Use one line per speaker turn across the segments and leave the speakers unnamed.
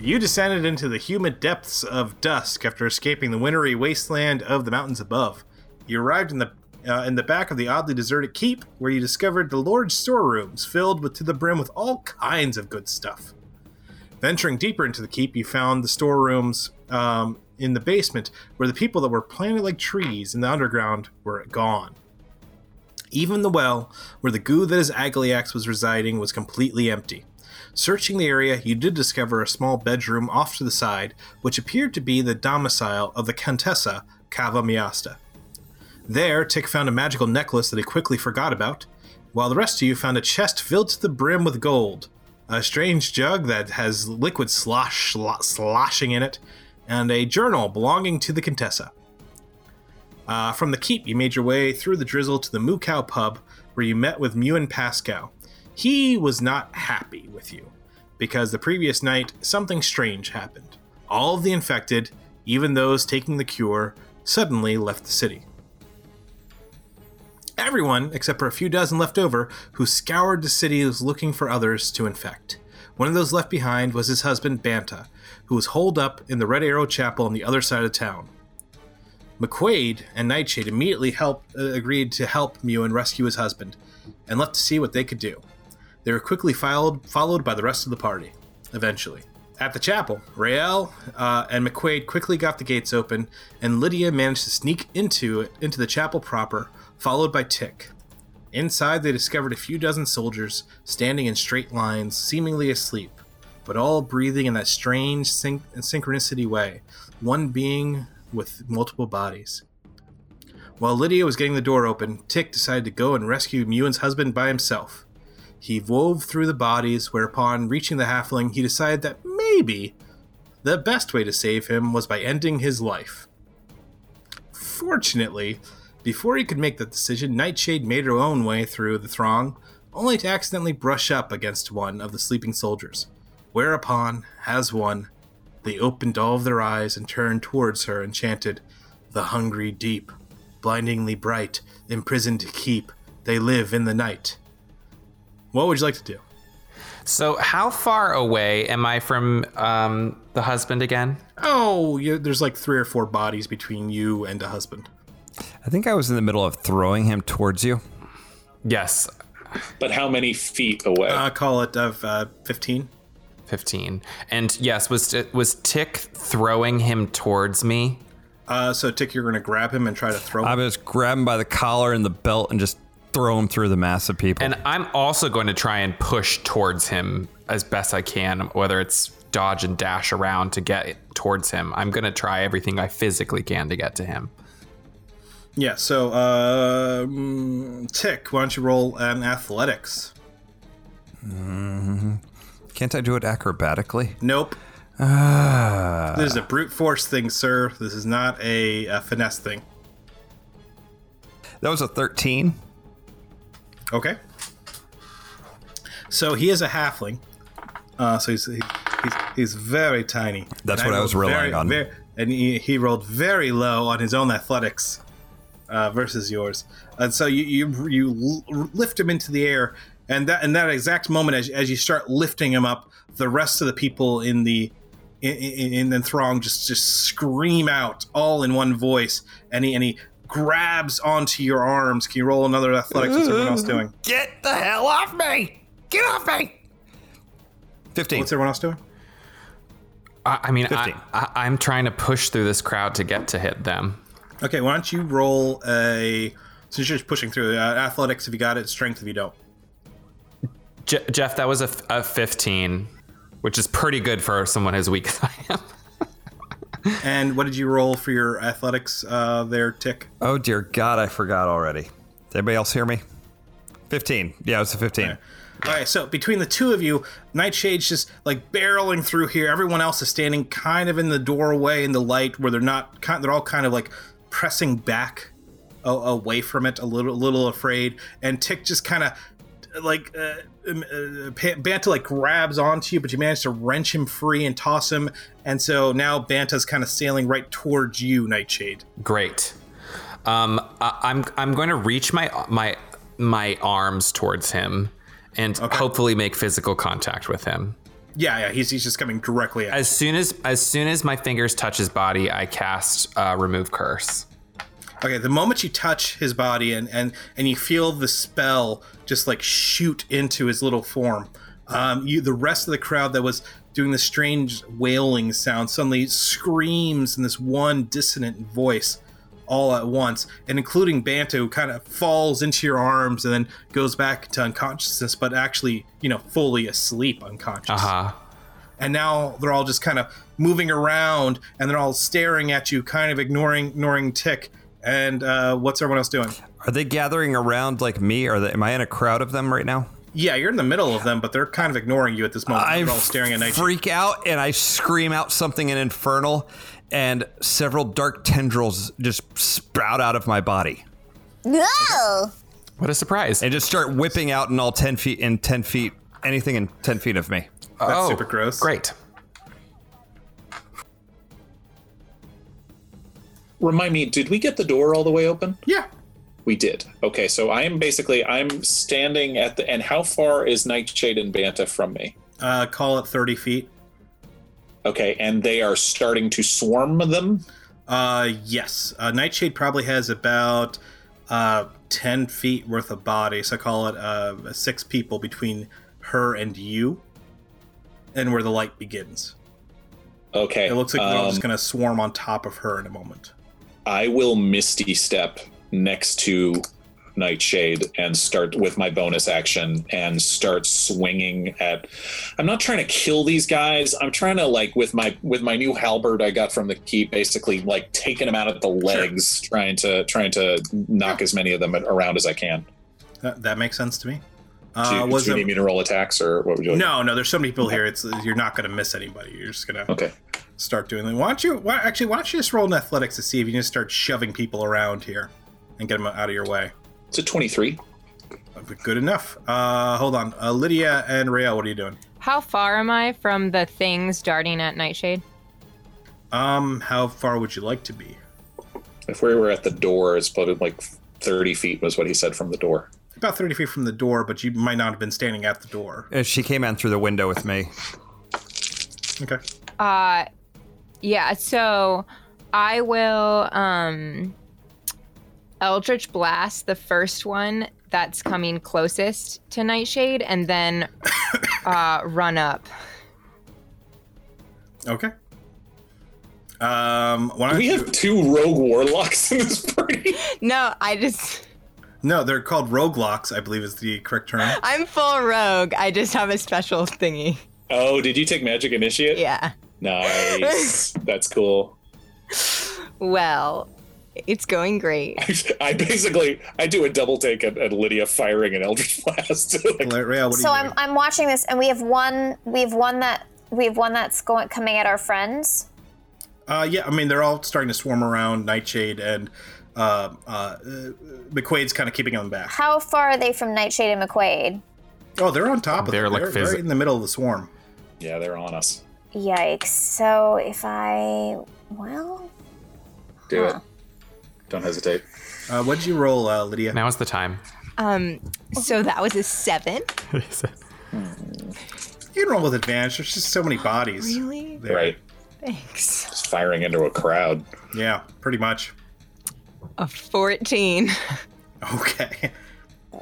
You descended into the humid depths of dusk after escaping the wintry wasteland of the mountains above. You arrived in the uh, in the back of the oddly deserted keep, where you discovered the large storerooms filled with, to the brim with all kinds of good stuff. Venturing deeper into the keep, you found the storerooms um, in the basement, where the people that were planted like trees in the underground were gone. Even the well, where the goo that is Agaliax was residing, was completely empty. Searching the area, you did discover a small bedroom off to the side, which appeared to be the domicile of the Contessa Cava Miasta. There, Tick found a magical necklace that he quickly forgot about, while the rest of you found a chest filled to the brim with gold, a strange jug that has liquid slosh, slo- sloshing in it, and a journal belonging to the Contessa. Uh, from the keep, you made your way through the drizzle to the Moo Cow pub, where you met with Mew and Pascal. He was not happy with you, because the previous night, something strange happened. All of the infected, even those taking the cure, suddenly left the city. Everyone, except for a few dozen left over, who scoured the city looking for others to infect. One of those left behind was his husband, Banta, who was holed up in the Red Arrow Chapel on the other side of town. McQuaid and Nightshade immediately helped, uh, agreed to help Mewen rescue his husband and left to see what they could do. They were quickly filed, followed by the rest of the party, eventually. At the chapel, Rael uh, and McQuaid quickly got the gates open, and Lydia managed to sneak into it, into the chapel proper, followed by Tick. Inside, they discovered a few dozen soldiers standing in straight lines, seemingly asleep, but all breathing in that strange syn- synchronicity way, one being with multiple bodies. While Lydia was getting the door open, Tick decided to go and rescue Mewen's husband by himself. He wove through the bodies, whereupon, reaching the halfling, he decided that maybe the best way to save him was by ending his life. Fortunately, before he could make that decision, Nightshade made her own way through the throng, only to accidentally brush up against one of the sleeping soldiers. Whereupon, as one, they opened all of their eyes and turned towards her and chanted, The hungry deep, blindingly bright, imprisoned to keep, they live in the night. What would you like to do?
So, how far away am I from um, the husband again?
Oh, you, there's like three or four bodies between you and a husband.
I think I was in the middle of throwing him towards you.
Yes,
But how many feet away?
Uh, call it of uh, 15.
15. And yes, was was Tick throwing him towards me?
Uh, so, Tick, you're going to grab him and try to throw
I
him.
was grab him by the collar and the belt and just throw him through the mass of people.
And I'm also going to try and push towards him as best I can, whether it's dodge and dash around to get towards him. I'm going to try everything I physically can to get to him.
Yeah, so, uh, mm, Tick, why don't you roll an athletics?
Can't I do it acrobatically?
Nope. this is a brute force thing, sir. This is not a, a finesse thing.
That was a 13.
Okay. So he is a halfling. Uh, so he's, he's he's he's very tiny.
That's what I was
rolled
relying
very-
on.
very- and he, he rolled very low on his own athletics uh, versus yours. And so you you you l- lift him into the air, and that in that exact moment, as, as you start lifting him up, the rest of the people in the in, in, in the throng just just scream out all in one voice, and he and he grabs onto your arms. Can you roll another athletics? What's everyone else doing?
Get the hell off me! Get off me! 15.
What's everyone else doing?
I, I mean, I,
15.
I, I'm trying to push through this crowd to get to hit them.
Okay, why don't you roll a since you're just pushing through uh, athletics if you got it, strength if you don't.
Je- Jeff, that was a, f- a 15, which is pretty good for someone as weak as I am.
And what did you roll for your athletics uh, there, Tick?
Oh dear God, I forgot already. Did anybody else hear me? 15. Yeah, it was a 15.
All right, so between the two of you, Nightshade's just like barreling through here. Everyone else is standing kind of in the doorway in the light where they're not. ki- They're all kind of like pressing back a- away from it, a little, a little afraid. And Tick just kind of like uh, um, uh, Pa- Banta like grabs onto you, but you manage to wrench him free and toss him. And so now Banta's kind of sailing right towards you, Nightshade.
Great. Um, I, I'm I'm going to reach my my my arms towards him and hopefully make physical contact with him.
Yeah, yeah, he's he's just coming directly at.
As soon as as soon as my fingers touch his body, I cast uh, remove curse.
Okay, the moment you touch his body and and and you feel the spell just like shoot into his little form, um, you the rest of the crowd that was doing this strange wailing sound suddenly screams in this one dissonant voice all at once, and including Banta who kind of falls into your arms and then goes back to unconsciousness, but actually you know fully asleep unconscious
Uh huh.
and now they're all just kind of moving around and they're all staring at you kind of ignoring ignoring tick and uh, what's everyone else doing
Are they gathering around like me? Are they, am I in a crowd of them right now?
yeah you're in the middle of them but they're kind of ignoring you at this moment
I
they're all staring at night
freak out and I scream out something in infernal, and several dark tendrils just sprout out of my body
No!
What a surprise!
and just start whipping out in all ten feet in ten feet anything in ten feet of me.
that's super gross
Oh, Great.
Remind me, did we get the door all the way open?
yeah
We did. Okay, so I'm basically I'm standing at the and how far is Nightshade and Banta from me?
uh, call it 30 feet
Okay, and they are starting to swarm them.
uh, yes uh, nightshade probably has about uh, 10 feet worth of body so call it uh, six people between her and you and where the light begins
Okay.
it looks like they're all
um,
just going to swarm on top of her in a moment
I will Misty Step next to Nightshade and start with my bonus action and start swinging at. I'm not trying to kill these guys. I'm trying to like with my with my new halberd I got from the keep, basically like taking them out at the legs, trying to trying to knock as many of them around as I can.
That, that makes sense to me.
Do,
Uh,
you-
was
do you need
it,
me to roll attacks or what would you like?
no, no. There's so many people here. It's you're not going to miss anybody. You're just going to
Okay.
start doing that. Why don't you? Why, actually, why don't you just roll an athletics to see if you can just start shoving people around here and get them out of your way?
It's a 23.
That'd be Good enough. Uh, hold on, uh, Lydia and Rael, what are you doing?
How far am I from the things darting at Nightshade?
Um, how far would you like to be?
If we were at the door, it's probably like 30 feet was what he said from the door.
About 30 feet from the door, but you might not have been standing at the door.
And Uh, she came in through the window with me.
Okay.
Uh yeah, so I will um Eldritch Blast the first one that's coming closest to Nightshade and then uh run up.
Okay. Um, why don't
We
you-
have two rogue warlocks in this party.
No, I just
no, they're called roguelocks, I believe is the correct term.
I'm full rogue. I just have a special thingy.
Oh, did you take magic initiate?
Yeah.
Nice. That's cool.
Well, it's going great.
I basically I do a double take at, at Lydia firing an eldritch blast.
Rael,
Like,
what are you
So
doing?
I'm, I'm watching this, and we have one. We have one that we have one that's going coming at our friends.
Uh, yeah, I mean they're all starting to swarm around Nightshade, and uh, uh, uh, McQuaid's kind of keeping them back.
How far are they from Nightshade and McQuaid?
Oh, they're on top of
They're,
them.
like,
they're, they're
physi-
in the middle of the swarm.
yeah, they're on us.
Yikes! So if I well,
Do it. Don't hesitate.
Uh, what'd you roll, uh, Lydia?
Now is the time.
Um so that was a 7.
You can roll with advantage. There's just so many bodies.
Really?
there.
Right.
Thanks.
Just firing into a crowd.
Yeah, pretty much.
A 14.
Okay.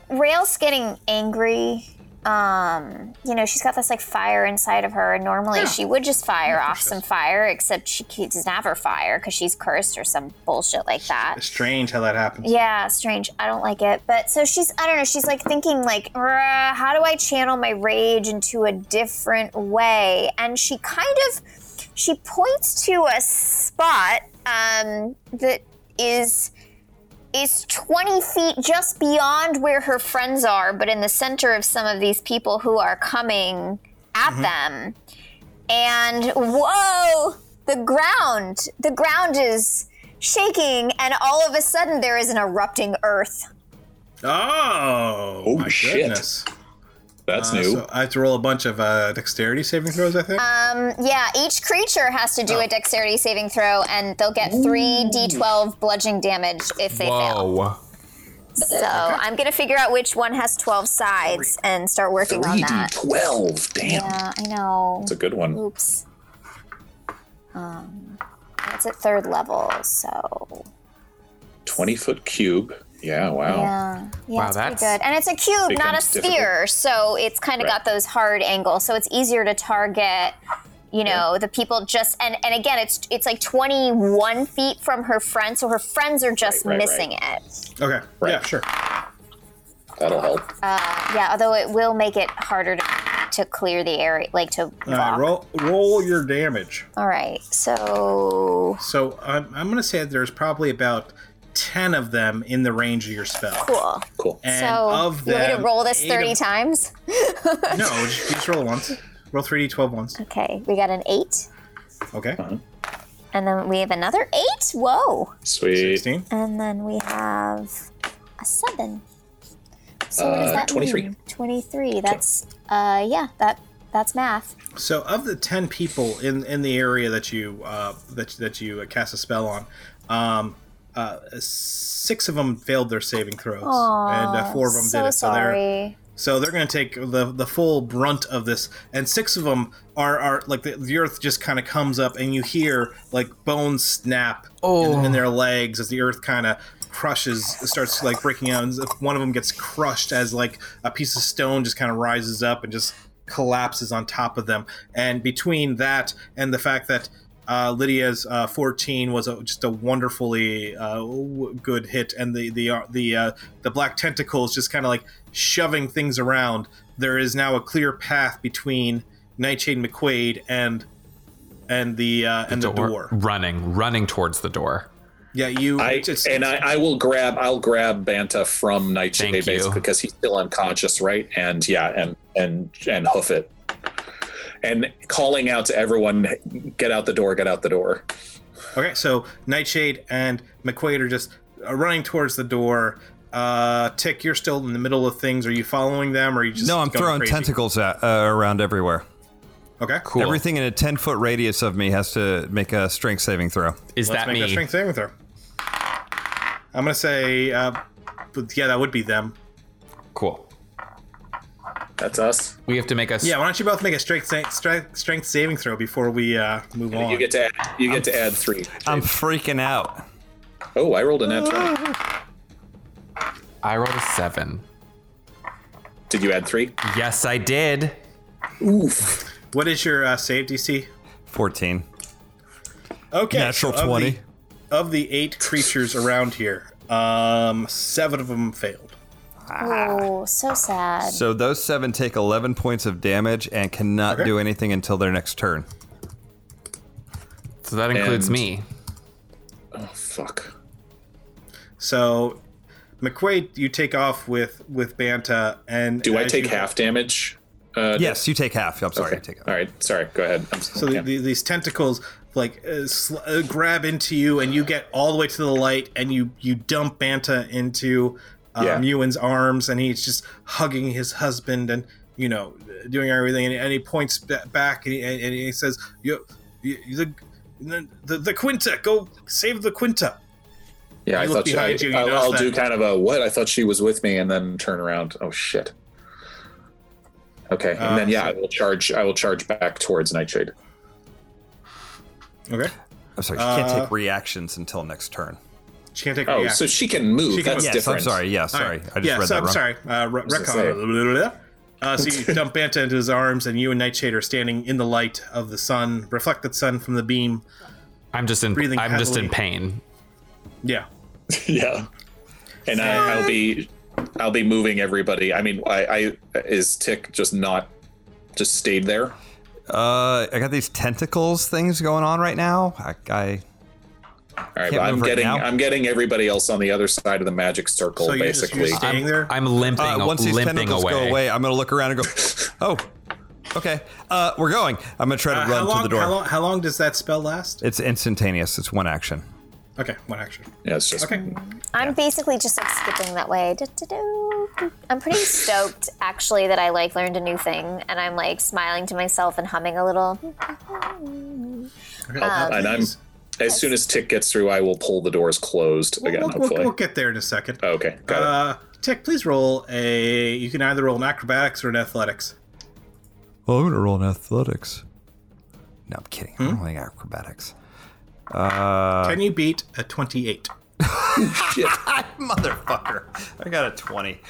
Rail's getting angry. Um, you know, she's got this like fire inside of her, and normally she would just fire off some fire, except she ke- doesn't have her fire because she's cursed or some bullshit like that.
Strange how that happens.
Yeah, strange. I don't like it. But so she's, I don't know, she's like thinking, like, "Rah, how do I channel my rage into a different way? And she kind of, she points to a spot um, that is is 20 feet just beyond where her friends are, but in the center of some of these people who are coming at them. And whoa, the ground, the ground is shaking, and all of a sudden there is an erupting earth.
Oh,
Oh,
my
shit.
goodness.
That's
Uh,
new.
so I have to roll a bunch of uh, dexterity saving throws, I think.
Um, yeah, each creature has to do
Oh.
a dexterity saving throw, and they'll get 3d12 bludgeoning damage if they fail.
Whoa.
So I'm gonna figure out which one has 12 sides and start working on that.
3d12. Damn.
Yeah, I know.
That's a good one.
Oops. Um, that's at third level, so
20 foot cube. Yeah, wow.
uh, yeah, yeah,
Wow,
it's pretty
that's-
good. And it's a cube, not a
becomes difficult.
sphere, so it's kind of
Right.
got those hard angles, so it's easier to target. You know, the people just and and again, it's it's like 21 feet from her friend, so her friends are just
Right, right,
missing it.
Okay. Yeah, sure.
That'll help.
Yeah, although it will make it harder to, to clear the area, like to walk.
Uh, roll roll your damage.
All right, so
So I'm, I'm going to say that there's probably about 10 of them in the range of your spell.
cool.
Cool.
And
so
of
you
them,
want me to roll this
eight
30
of-
times?
No, just, just roll it once. Roll 3d12 once.
Okay, we got an eight,
Okay.
and then we have another eight. Whoa!
Sweet.
16.
And then we have a seven. So what
Uh,
does that
23.
mean? Twenty-three. That's uh, yeah, that that's math.
So of the 10 people in in the area that you uh, that that you uh, cast a spell on, um, uh, six of them failed their saving throws
Aw,
and uh, four of them
so
did it. So they're
sorry.
So they're going to take the the full brunt of this, and six of them are are like the, the earth just kind of comes up, and you hear like bones snap in, in their legs as the earth kind of crushes, starts like breaking out. And one of them gets crushed as like a piece of stone just kind of rises up and just collapses on top of them. And between that and the fact that uh, Lydia's uh, 14 was a, just a wonderfully uh, w- good hit, and the the uh, the uh, the black tentacles just kind of like shoving things around. There is now a clear path between Nightshade McQuaid and and the uh, and the door.
Running, running towards the door.
Yeah, you.
I
it's, it's,
and I, I will grab I'll grab Banta from Nightshade
Thank you.
basically because he's still unconscious, right? And yeah, and and and hoof it. And calling out to everyone, get out the door, get out the door.
Okay, so Nightshade and McQuaid are just uh, running towards the door. Uh, Tick, you're still in the middle of things. Are you following them, or are you just
no, I'm
going
throwing
crazy?
tentacles at, uh, around everywhere.
Okay,
Cool.
Everything in a 10 foot radius of me has to make a strength saving throw.
Is
Let's
that
make
me?
that strength saving throw. I'm gonna say, uh, but yeah, that would be them.
Cool.
That's us.
We have to make us.
Yeah, why don't you both make a strength sa- strength, strength saving throw before we uh, move on?
You get to add, you get to add three.
I'm freaking out.
Oh, I rolled a nat twenty.
I rolled a seven.
Did you add three?
Yes, I did.
Oof.
what is your uh, save DC?
14.
Okay,
Natural
so of the-
20.
of the eight creatures around here, um, seven of them failed.
Oh, so sad.
So those seven take 11 points of damage and cannot do anything until their next turn.
So that includes
And-
me.
Oh fuck.
So, McQuaid, you take off with with Banta, and
Do I
as
take
you-
half damage? Uh,
Yes, you take half. I'm sorry, you take half.
All right. Sorry. Go ahead. I'm
So the, the, these tentacles like uh, sl- uh, grab into you, and you get all the way to the light, and you you dump Banta into uh,
Yeah.
Ewan's arms, and he's just hugging his husband, and you know doing everything, and, and he points ba- back, and he, and and he says, "You, you the, the the Quinta, go save the Quinta."
Yeah, I
You look
thought she, I,
behind you, you
I'll,
notice
I'll do
that.
kind of a what? I thought she was with me, and then turn around. Oh shit. Okay, and
Uh,
then yeah, I will charge. I will charge back towards Nightshade.
Okay,
I'm sorry, she can't
Uh,
take reactions until next turn.
she can't take. a
Oh,
reaction.
so she can move.
She can
That's
move.
Yes,
different.
I'm sorry. Yeah,
All
sorry.
right.
I just
yeah,
read
so
that
I'm
wrong.
sorry. Uh, re-
was gonna
retcon. Uh, so you dump Banta into his arms, and you and Nightshade are standing in the light of the sun, reflected sun from the beam.
I'm just in.
Breathing
I'm just in
heavily.
pain.
Yeah.
yeah, and I, I'll be, I'll be moving everybody. I mean, I, I is Tick just not, just stayed there.
Uh, I got these tentacles things going on right now. I, I
All right,
Can't
but I'm
move right
getting,
now.
I'm getting everybody else on the other side of the magic circle,
So you're just-
basically.
you're Staying
I'm,
there?
I'm limping.
uh, once these
limping
tentacles
away.
go away, I'm gonna look around and go, oh, okay. Uh, we're going. I'm gonna try to
Uh,
run
how, long,
to the door.
how long? How long does that spell last?
It's instantaneous. It's one action.
Okay, one action.
yeah, it's just
Okay.
I'm basically just like skipping that way. Du-du-du. I'm pretty stoked actually that I like learned a new thing and I'm like smiling to myself and humming a little.
okay.
and I'm, As soon as Tick gets through, I will pull the doors closed
We'll-
again,
we'll, we'll,
hopefully. Oh,
we'll get there in a second.
Okay, got it.
Uh, Tick, please roll a. You can either roll an acrobatics or an athletics.
Well, I'm gonna roll in athletics. No, I'm kidding.
Hmm?
I'm rolling acrobatics. Uh,
Can you beat a 28?
motherfucker! I got a twenty.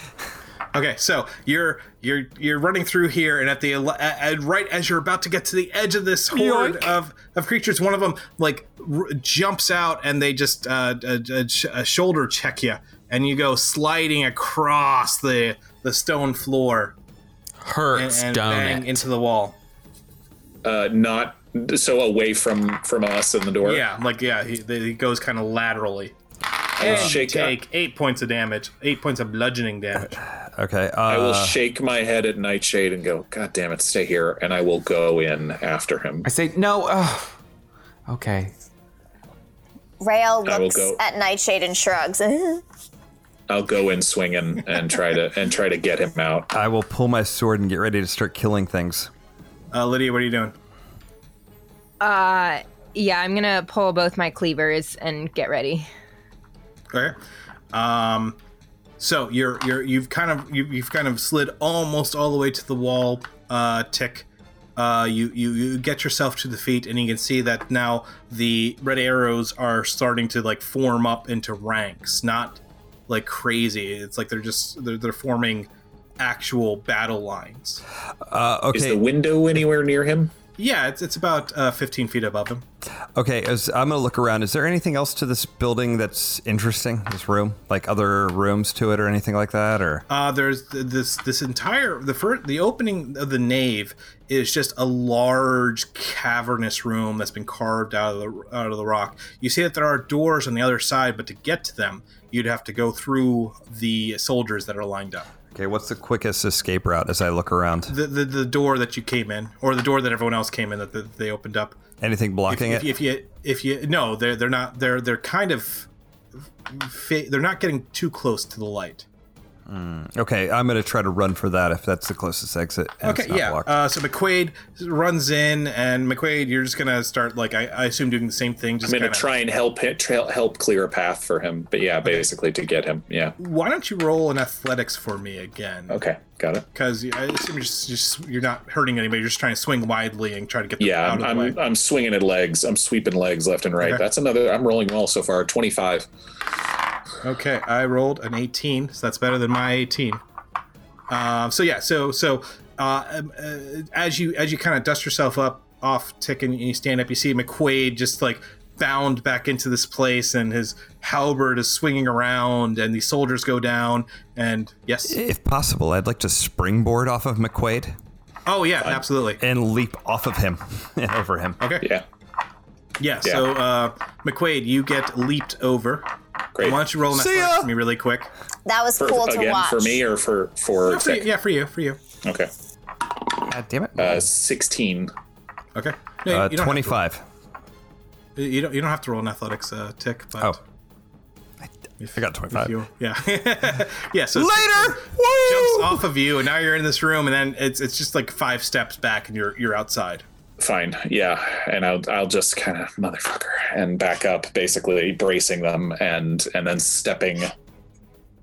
Okay, so you're you're you're running through here, and at the ele- uh, right as you're about to get to the edge of this horde
Yoink.
of, of creatures, one of them like r- jumps out, and they just uh, a, a, sh- a shoulder check you, and you go sliding across the the stone floor and,
Hurts,
and
don't
bang
it?
into the wall.
Uh, not so away from from us and the door.
Yeah, like yeah, he, he goes kind of laterally. And
shake up.
take eight points of damage, eight points of bludgeoning damage.
Okay. Uh,
I will shake my head at Nightshade and go, God damn it, stay here. And I will go in after him.
I say no. ugh. Okay.
Rael
I will
looks
go.
at Nightshade and shrugs. All
I'll go in swinging and try to and try to get him out.
I will pull my sword and get ready to start killing things.
Uh, Lydia, what are you doing?
Uh, yeah, I'm gonna pull both my cleavers and get ready.
Okay. Um, so you're you're you've kind of you, you've kind of slid almost all the way to the wall. Uh, tick. Uh, you, you you get yourself to the feet, and you can see that now the red arrows are starting to like form up into ranks, not like crazy. It's like they're just they're, they're forming actual battle lines.
Uh,
Is
okay.
the window anywhere near him?
Yeah, it's it's about uh, 15 feet above him.
Okay. As I'm gonna look around. Is there anything else to this building that's interesting? This room, like other rooms to it, or anything like that, or
Uh, there's th- this this entire the first the opening of the nave is just a large cavernous room that's been carved out of the out of the rock. You see that there are doors on the other side, but to get to them, you'd have to go through the soldiers that are lined up.
okay. What's the quickest escape route? As I look around,
The the, the door that you came in, or the door that everyone else came in that th they opened up.
anything
If,
blocking
if,
it?
if you if you no, they're they're not they're they're kind of fa- they're not getting too close to the light.
Okay, I'm gonna try to run for that if that's the closest exit. and
Okay,
it's not
yeah.
blocked.
Uh, so McQuaid runs in, and McQuaid, you're just gonna start like I, I assume doing the same thing.
I'm
Just
going to
kinda-
try and help hit, tra- help clear a path for him. But yeah, basically to get him. Yeah.
Why don't you roll an athletics for me again?
Okay, got it.
Because I assume you're just, just you're not hurting anybody. You're just trying to swing widely and try to get them
Yeah,
out
I'm
of the
I'm,
way.
I'm swinging at legs. I'm sweeping legs left and right.
Okay.
That's another. I'm rolling well so far. 25.
Okay, I rolled an 18, so that's better than my 18. Um, so yeah, so so uh, um, uh, as you as you kind of dust yourself up off tick and you stand up, you see McQuaid just like bound back into this place, and his halberd is swinging around, and the soldiers go down, and yes,
if possible, I'd like to springboard off of McQuaid
oh yeah, absolutely,
and leap off of him and over him.
okay,
Yeah,
yeah. So uh, McQuaid, you get leaped over.
great.
Why don't you roll an
See
athletics
ya.
for me really quick?
That was
For,
cool to
again,
watch.
for me or for for
Yeah, for you,
Tech?
yeah, for you, for you.
Okay.
God damn it!
Uh, 16.
Okay, no,
Uh,
you don't have to-
Twenty-five.
You don't, you don't have to roll an athletics uh, tick, but
Oh. I got twenty-five.
you, yeah, yeah. So it's-
Later.
jumps
Woo!
off of you, and now you're in this room, and then it's it's just like five steps back, and you're you're outside.
Fine. Yeah, and I'll I'll just kind of motherfucker and back up, basically bracing them and and then stepping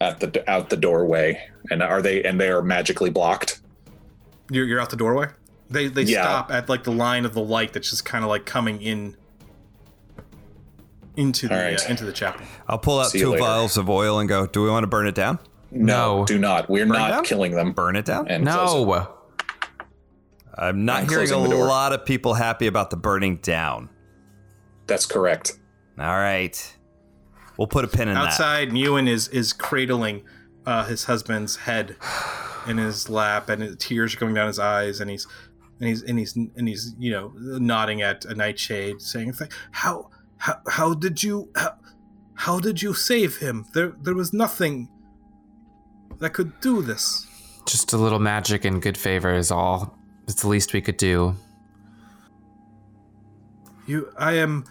at the out the doorway. And are they and they are magically blocked?
You're you're out the doorway. They they
Yeah.
stop at like the line of the light that's just kind of like coming in into the
All right.
uh, into the chapel.
I'll pull out
See you
two
later.
vials of oil and go. Do we want to burn it down?
No.
do not. We're not
them?
killing them.
Burn it down?
And close them.
No.
I'm not
I'm
hearing a
closing the door.
lot of people happy about the burning down.
that's correct.
All right, we'll put a pin in
Outside, Ewan is is cradling uh, his husband's head in his lap, and his tears are coming down his eyes, and he's and he's and he's and he's you know nodding at a nightshade, saying, "Th- "How how how did you how, how did you save him? There there was nothing that could do this."
Just a little magic and good favor is all. It's the least we could do.
You, I am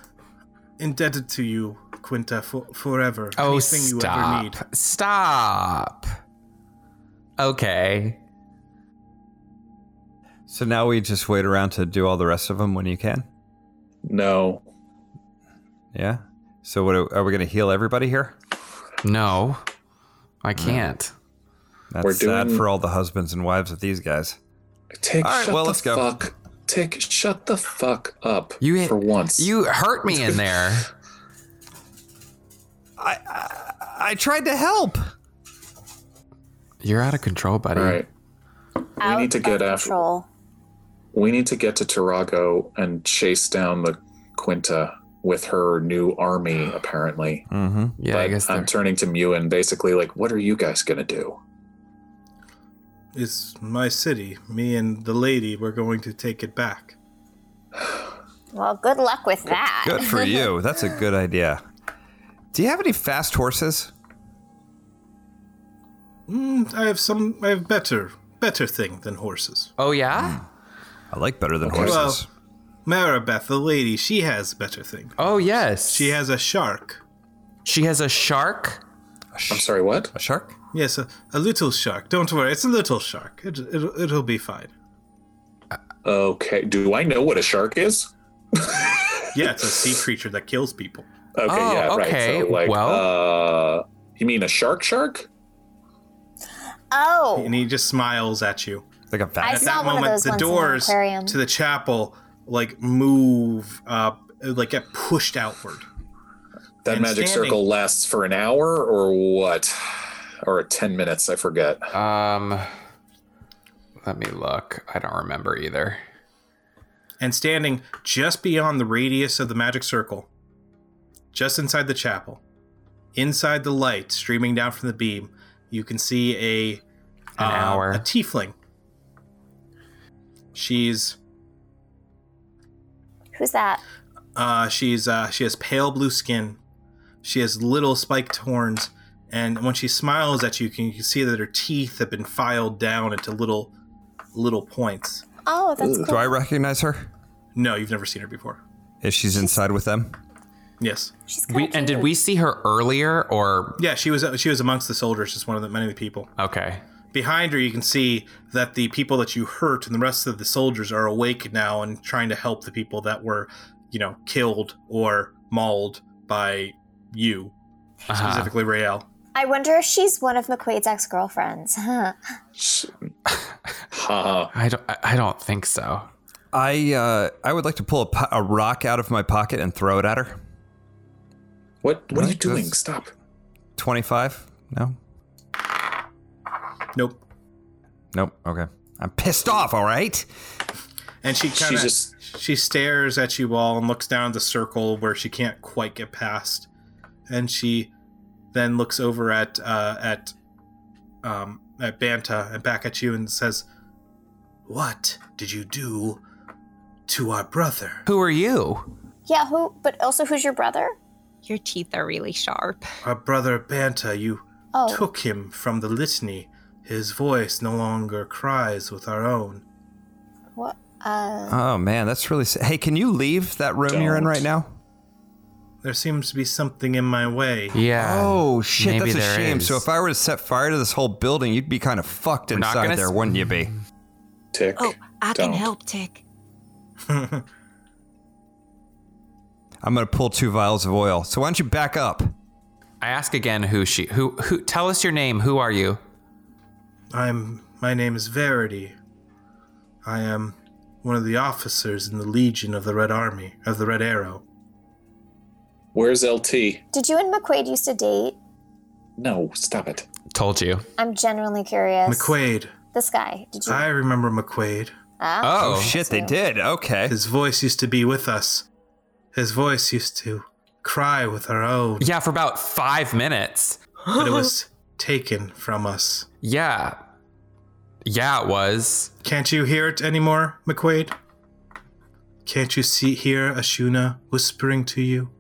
indebted to you, Quinta, for forever.
Oh,
Anything you ever
stop!
need.
Stop. Okay.
that. So now we just wait around to do all the rest of them when you can.
No.
Yeah. So what are, are we going to heal everybody here?
No, I can't.
That's
We're
sad
doing-
for all the husbands and wives of these guys.
Tick,
All right,
shut
well,
the
let's go.
fuck. Tick, shut the fuck up.
You hit-
for once.
You hurt me in there.
I tried to help.
You're out of control, buddy.
All right.
Out
need to
of
get after-
control.
We need to get to Tarago and chase down the Quinta with her new army, apparently.
Mm-hmm.
Yeah, I
But um,
guess
I'm
they're
turning to Mewen, basically like, what are you guys gonna do?
It's my city. Me and the lady, we're going to take it back.
Well, good luck with that.
Good for you. That's a good idea. Do you have any fast horses?
Mm, I have some. I have better, better thing than horses.
Oh yeah?
I like better than
Well-
horses.
Maribeth, the lady, she has better thing.
Oh yes.
She has a shark.
She has a shark.
I'm sorry, what?
A shark?
Yes, a, a little shark. Don't worry, it's a little shark. It, it'll, it'll be fine.
Okay. Do I know what a shark is?
Yeah, it's a sea creature that kills people.
Okay,
Oh,
yeah,
okay,
right. So like
well.
uh you mean a shark shark?
Oh,
And he just smiles at you.
Like a
I
At
fast.
saw
that
one of
moment,
those
the
once in an
doors
aquarium.
to the chapel like move up, like get pushed outward.
That
And
magic
standing.
circle lasts for an hour or what? Or ten minutes, I forget.
Um let me look. I don't remember either.
And standing just beyond the radius of the magic circle, just inside the chapel, inside the light streaming down from the beam, you can see a uh,
An
Um,
hour.
a tiefling. She's
who's that?
Uh, she's uh, she has pale blue skin. She has little spiked horns, and when she smiles at you, can you can see that her teeth have been filed down into little little points.
Oh, that's
Do
cool.
I recognize her?
No, you've never seen her before.
If she's inside with them?
Yes,
She's kinda
We and did
cute.
we see her earlier or
yeah, she was she was amongst the soldiers, just one of the many of the people.
okay.
Behind her, you can see that the people that you hurt and the rest of the soldiers are awake now and trying to help the people that were, you know, killed or mauled by you
Uh-huh.
specifically, Rael.
I wonder if she's one of McQuaid's ex-girlfriends. Huh.
Haha.
I don't I- I don't think so.
I uh, I would like to pull a, po- a rock out of my pocket and throw it at her.
What what are you
Right,
doing?
that's-
Stop.
25? No?
Nope.
Nope. Okay. I'm pissed off, all right?
And she kind of
just-
she stares at you all and looks down at the circle where she can't quite get past, and she then looks over at uh, at um, at Banta and back at you and says, "What did you do to our brother?"
Who are you?
Yeah, who? But also, who's your brother?
Your teeth are really sharp.
Our brother Banta, you
Oh,
took him from the litany. His voice no longer cries with our own.
what? Uh,
Oh, man. That's really. Sa- hey, can you leave that room you're in
Don't.
right now?
There seems to be something in my way.
Yeah.
Oh shit,
Uh, maybe
that's a
there
shame.
is.
So if I were to set fire to this whole building, you'd be kind of fucked
We're not
inside
gonna
there,
s- mm-hmm.
wouldn't you be?
Tick.
Oh, I
Don't.
can help, Tick.
I'm gonna pull two vials of oil. So why don't you back up?
I ask again who she who who tell us your name. Who are you?
I'm. My name is Verity. I am one of the officers in the Legion of the Red Army of the Red Arrow.
Where's LT?
did you and McQuaid used to date?
No, stop it.
Told you.
I'm genuinely curious.
McQuaid.
This guy. Did you?
I remember McQuaid.
Ah,
Oh,
Oh, shit, they did. Okay.
His voice used to be with us. His voice used to cry with our own,
Yeah, for about five minutes.
but it was taken from us.
Yeah. Yeah, it was.
Can't you hear it anymore, McQuaid? Can't you see hear Ashuna whispering to you,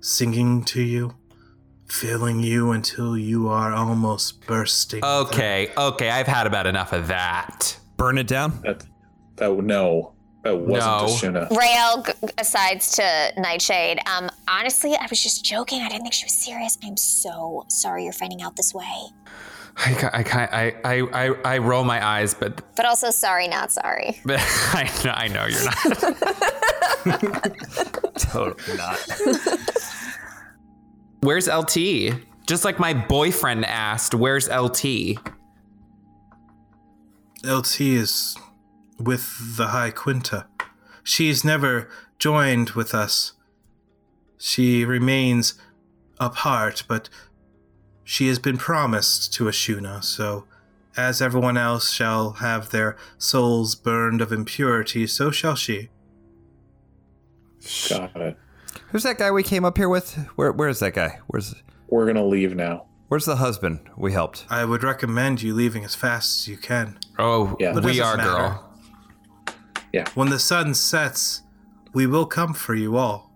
singing to you, filling you until you are almost bursting?
Okay, okay, I've had about enough of that.
Burn it down.
That that no. That wasn't
No.
Ashuna.
Rael g- asides to Nightshade. Um, honestly, I was just joking. I didn't think she was serious. I'm so sorry you're finding out this way.
I, ca- I, ca- I, I, I, I roll my eyes, but,
But also, sorry, not sorry.
but I, know, I know you're not.
Totally not.
Where's LT? Just like my boyfriend asked, where's LT?
LT is with the High Quinta. She's never joined with us. She remains apart, but she has been promised to Ashuna, so as everyone else shall have their souls burned of impurity, so shall she.
Got it.
Who's that guy we came up here with? Where where's that guy? Where's
We're gonna leave now.
where's the husband we helped?
I would recommend you leaving as fast as you can.
Oh,
Yeah. But
it
we
doesn't
are,
matter.
girl.
When the sun sets, we will come for you all.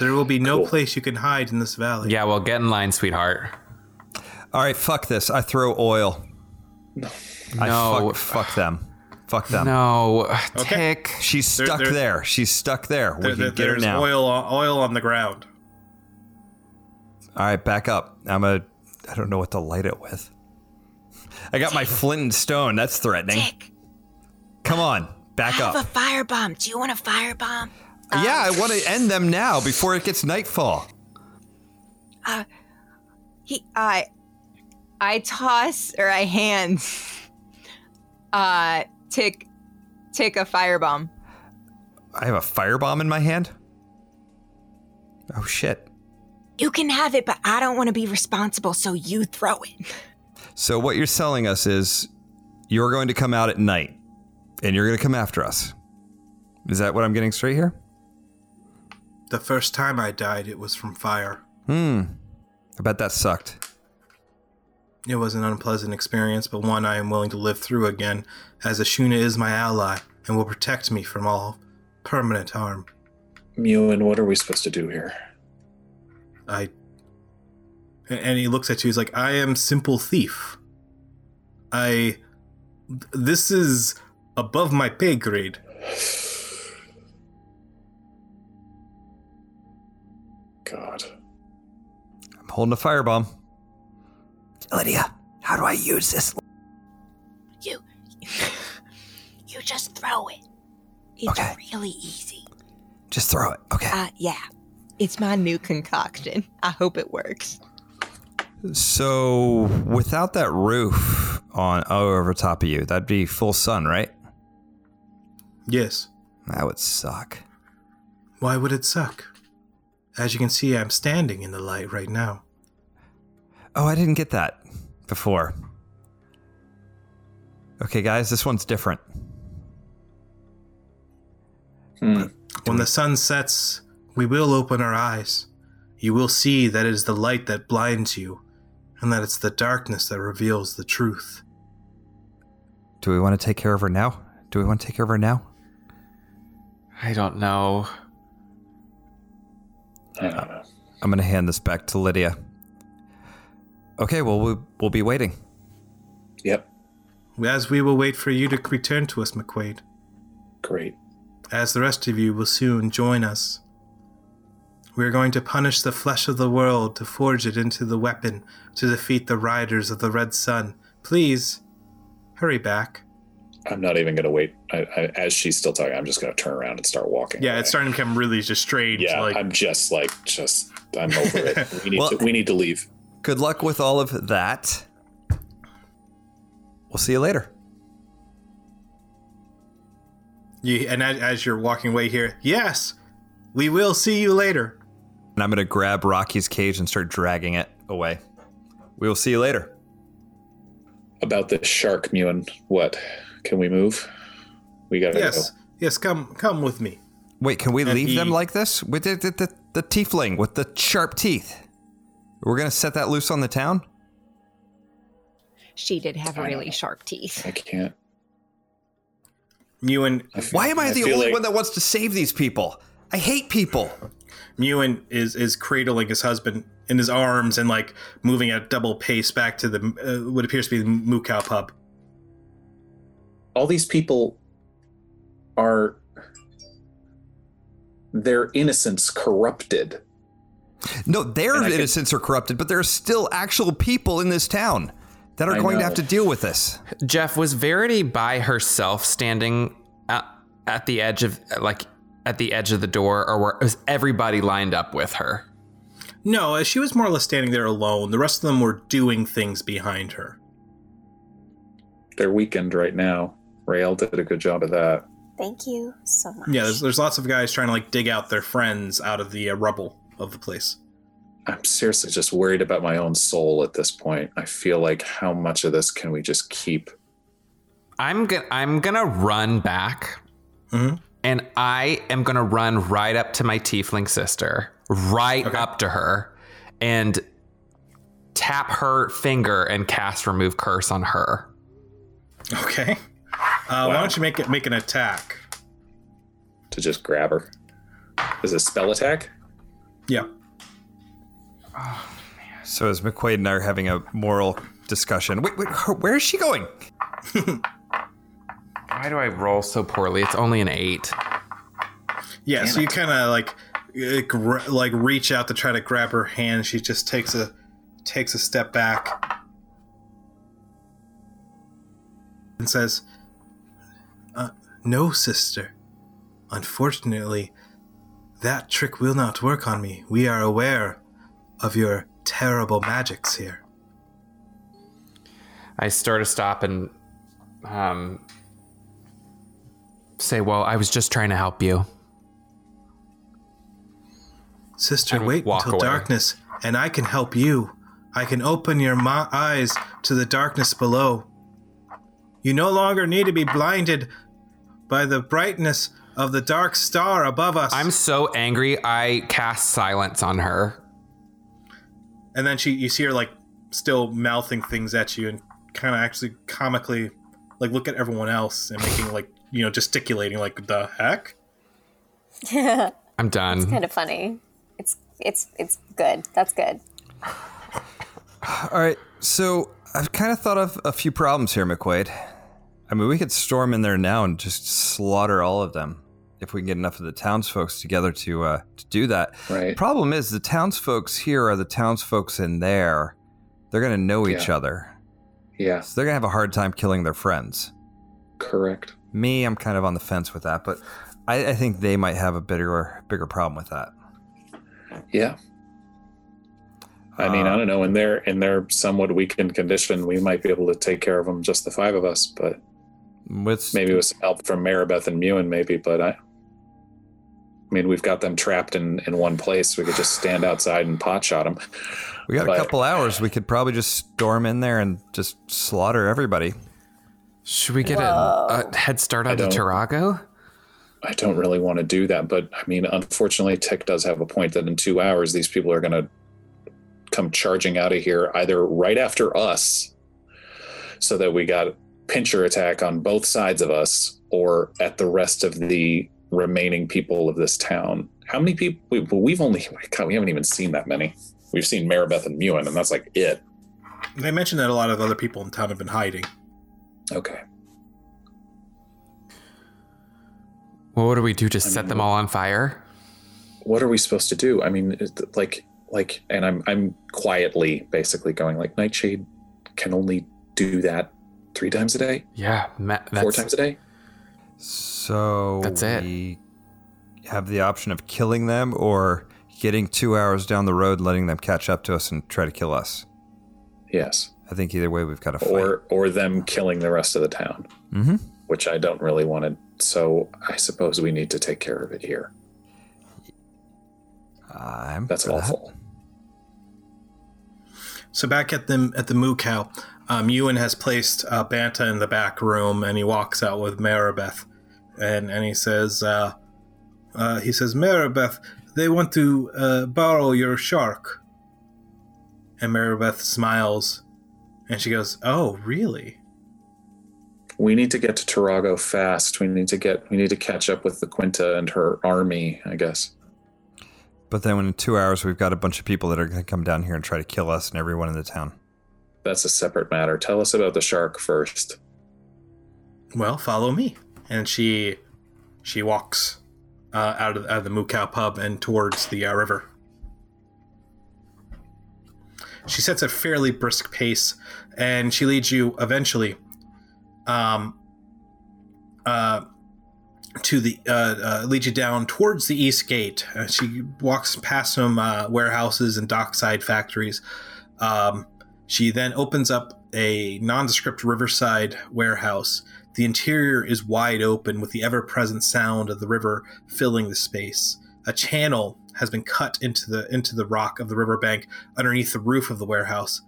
There will be no
Cool.
place you can hide in this valley.
Yeah, well, get in line, sweetheart.
All right, fuck this. I throw oil. No. I
No.
fuck, fuck them. Fuck them.
No,
Okay.
Tick.
She's
There-
stuck there,
there-
She's stuck there.
There-
we
there-
can get her
there's
now.
oil on, oil on the ground.
All right, back up. I'm a. I don't know what to light it with. I got my flint and stone. That's threatening.
Dick,
Come on, back
I have
up.
a firebomb. Do you want a firebomb?
yeah, I want to end them now before it gets nightfall.
He, I,
I toss or I hand uh tick tick a firebomb.
I have a firebomb in my hand. Oh shit!
you can have it, but I don't want to be responsible, so you throw it.
So what you're selling us is you're going to come out at night, and you're going to come after us. Is that what I'm getting straight here?
The first time I died, it was from fire.
Hmm. I bet that sucked.
It was an unpleasant experience, but one I am willing to live through again, as Ashuna is my ally and will protect me from all permanent harm.
Mewen, what are we supposed to do here?
I. And- And he looks at you. He's like, "I am simple thief. I. This is above my pay grade.
God.
I'm holding a firebomb. Lydia, how do I use this?
You, you just throw it. It's
Okay.
really easy.
Just throw it. Okay.
Uh, yeah.
It's my new concoction. I hope it works.
Uh,
So without that roof on over top of you, that'd be full sun, right?
Yes.
That would suck.
Why would it suck? As you can see, I'm standing in the light right now.
Oh, I didn't get that before. Okay, guys, this one's different.
Hmm.
When the sun sets, we will open our eyes. You will see that it is the light that blinds you, and that it's the darkness that reveals the truth.
Do we want to take care of her now? Do we want to take care of her now?
I don't know.
I don't know.
I'm going to hand this back to Lydia. Okay, well we we'll be waiting.
Yep.
As we will wait for you to return to us, McQuaid,
Great.
as the rest of you will soon join us. We are going to punish the flesh of the world to forge it into the weapon to defeat the riders of the Red Sun. Please, hurry back.
I'm not even gonna wait. I, I, as she's still talking, I'm just gonna turn around and start walking.
Yeah,
away.
it's starting to become really just strange.
Yeah,
like,
I'm just like just. I'm over it. We need
Well-
to. We need to leave.
Good luck with all of that. We'll see you later.
you, and as, as you're walking away here, yes, we will see you later.
And I'm going to grab Rocky's cage and start dragging it away. We will see you later.
About this shark, Mewen. What? Can we move? We gotta
Yes, yes, come, come with me.
Wait, can we
And
leave
he-
them like this? With the, the, the, the tiefling with the sharp teeth. We're going to set that loose on the town?
She did have
I
really
know.
sharp teeth.
go. I can't.
Mewen,
Why am I, the
feel
only
like-
one that wants to save these people? I hate people.
Mewen is is cradling his husband in his arms and like moving at double pace back to the uh, what appears to be the Moo Cow Pub.
all these people are their innocence corrupted.
No, their
And I could-
innocents are corrupted, but there are still actual people in this town that are
I
going to
know.
have to deal with this.
Jeff, was Verity by herself standing at, at the edge of, like, at the edge of the door, or were, was everybody lined up with her?
No, uh, she was more or less standing there alone. The rest of them were doing things behind her.
They're weakened right now. Rail did a good job of that.
Thank you so much.
Yeah, there's, there's lots of guys trying to like dig out their friends out of the uh, rubble of the place.
I'm seriously just worried about my own soul at this point. I feel like how much of this can we just keep?
I'm gonna I'm gonna run back,
Mhm.
and I am gonna run right up to my tiefling sister, right
Okay.
up to her, and tap her finger and cast remove curse on her.
Okay. Uh, Why don't you make it make an attack?
to just grab her. Is it spell attack?
Yeah.
So as McQuaid and I are having a moral discussion, wait, wait, her- where is she going?
Why do I roll so poorly? It's only an eight.
Yeah. so you kind of like uh, gr- like reach out to try to grab her hand. She just takes a takes a step back and says, uh, "No, sister. Unfortunately, that trick will not work on me. We are aware of your terrible magics here."
I start to stop and um, say, "Well, I was just trying to help you."
Sister,
And
wait
walk
until
away.
darkness, and I can help you. I can open your ma- eyes to the darkness below. You no longer need to be blinded by the brightness of the dark star above us.
I'm so angry. I cast silence on her.
and then she, you see her like still mouthing things at you, and kind of actually comically, like look at everyone else and making like you know gesticulating like the heck.
I'm done.
Kind of funny. It's it's it's good. That's good.
All right, so I've kind of thought of a few problems here, McQuaid. I mean, we could storm in there now and just slaughter all of them if we can get enough of the townsfolks together to uh, to do that.
Right.
Problem is, the townsfolks here are the townsfolks in there. They're gonna know each other,
Yeah,
so they're gonna have a hard time killing their friends.
correct.
Me, I'm kind of on the fence with that, but I, I think they might have a bigger bigger problem with that.
Yeah. I mean,
Uh, Um,
I don't know. In their in their somewhat weakened condition, we might be able to take care of them, just the five of us. But
What's
maybe with some help from Maribeth and Mewen, maybe. But I, I mean, we've got them trapped in in one place. We could just stand outside and pot shot them.
We got a
But-
couple hours. We could probably just storm in there and just slaughter everybody.
Should we get a, a head start on the
don't-
Tarago?
I don't really want to do that, but I mean, unfortunately, Tick does have a point that in two hours, these people are going to come charging out of here either right after us, so that we got pincher attack on both sides of us, or at the rest of the remaining people of this town. How many people? We, well, we've only God, we haven't even seen that many. We've seen Maribeth and Mewen, and that's like it.
They mentioned that a lot of other people in town have been hiding.
Okay,
Well, what do we do? Just set them all on fire?
what are we supposed to do? I mean, it- like, like, and I'm, I'm quietly basically going like, Nightshade can only do that three times a day,
Yeah, ma- that's,
four times a day.
So
That's it.
We have the option of killing them or getting two hours down the road, letting them catch up to us and try to kill us.
Yes,
I think either way, we've got to fight.
or or them killing the rest of the town,
Mhm.
which I don't really want to. So I suppose we need to take care of it here.
I'm
That's
for that.
awful.
So back at the at the Moo Cow, um, Ewan has placed uh, Banta in the back room, and he walks out with Maribeth, and and he says, uh, uh, he says, Maribeth, they want to uh, borrow your shark. And Maribeth smiles, and she goes, "Oh, really?
We need to get to Tarago fast. We need to get. We need to catch up with the Quinta and her army. I guess.
But then in two hours, we've got a bunch of people that are going to come down here and try to kill us and everyone in the town.
That's a separate matter. Tell us about the shark first.
Well, follow me." And she she walks uh, out of out of the Moo Cow pub and towards the uh, river. She sets a fairly brisk pace, and she leads you eventually um, uh, to the uh, uh, leads you down towards the east gate. Uh, she walks past some uh, warehouses and dockside factories. Um, she then opens up a nondescript riverside warehouse. The interior is wide open with the ever present sound of the river filling the space. A channel has been cut into the into the rock of the riverbank underneath the roof of the warehouse.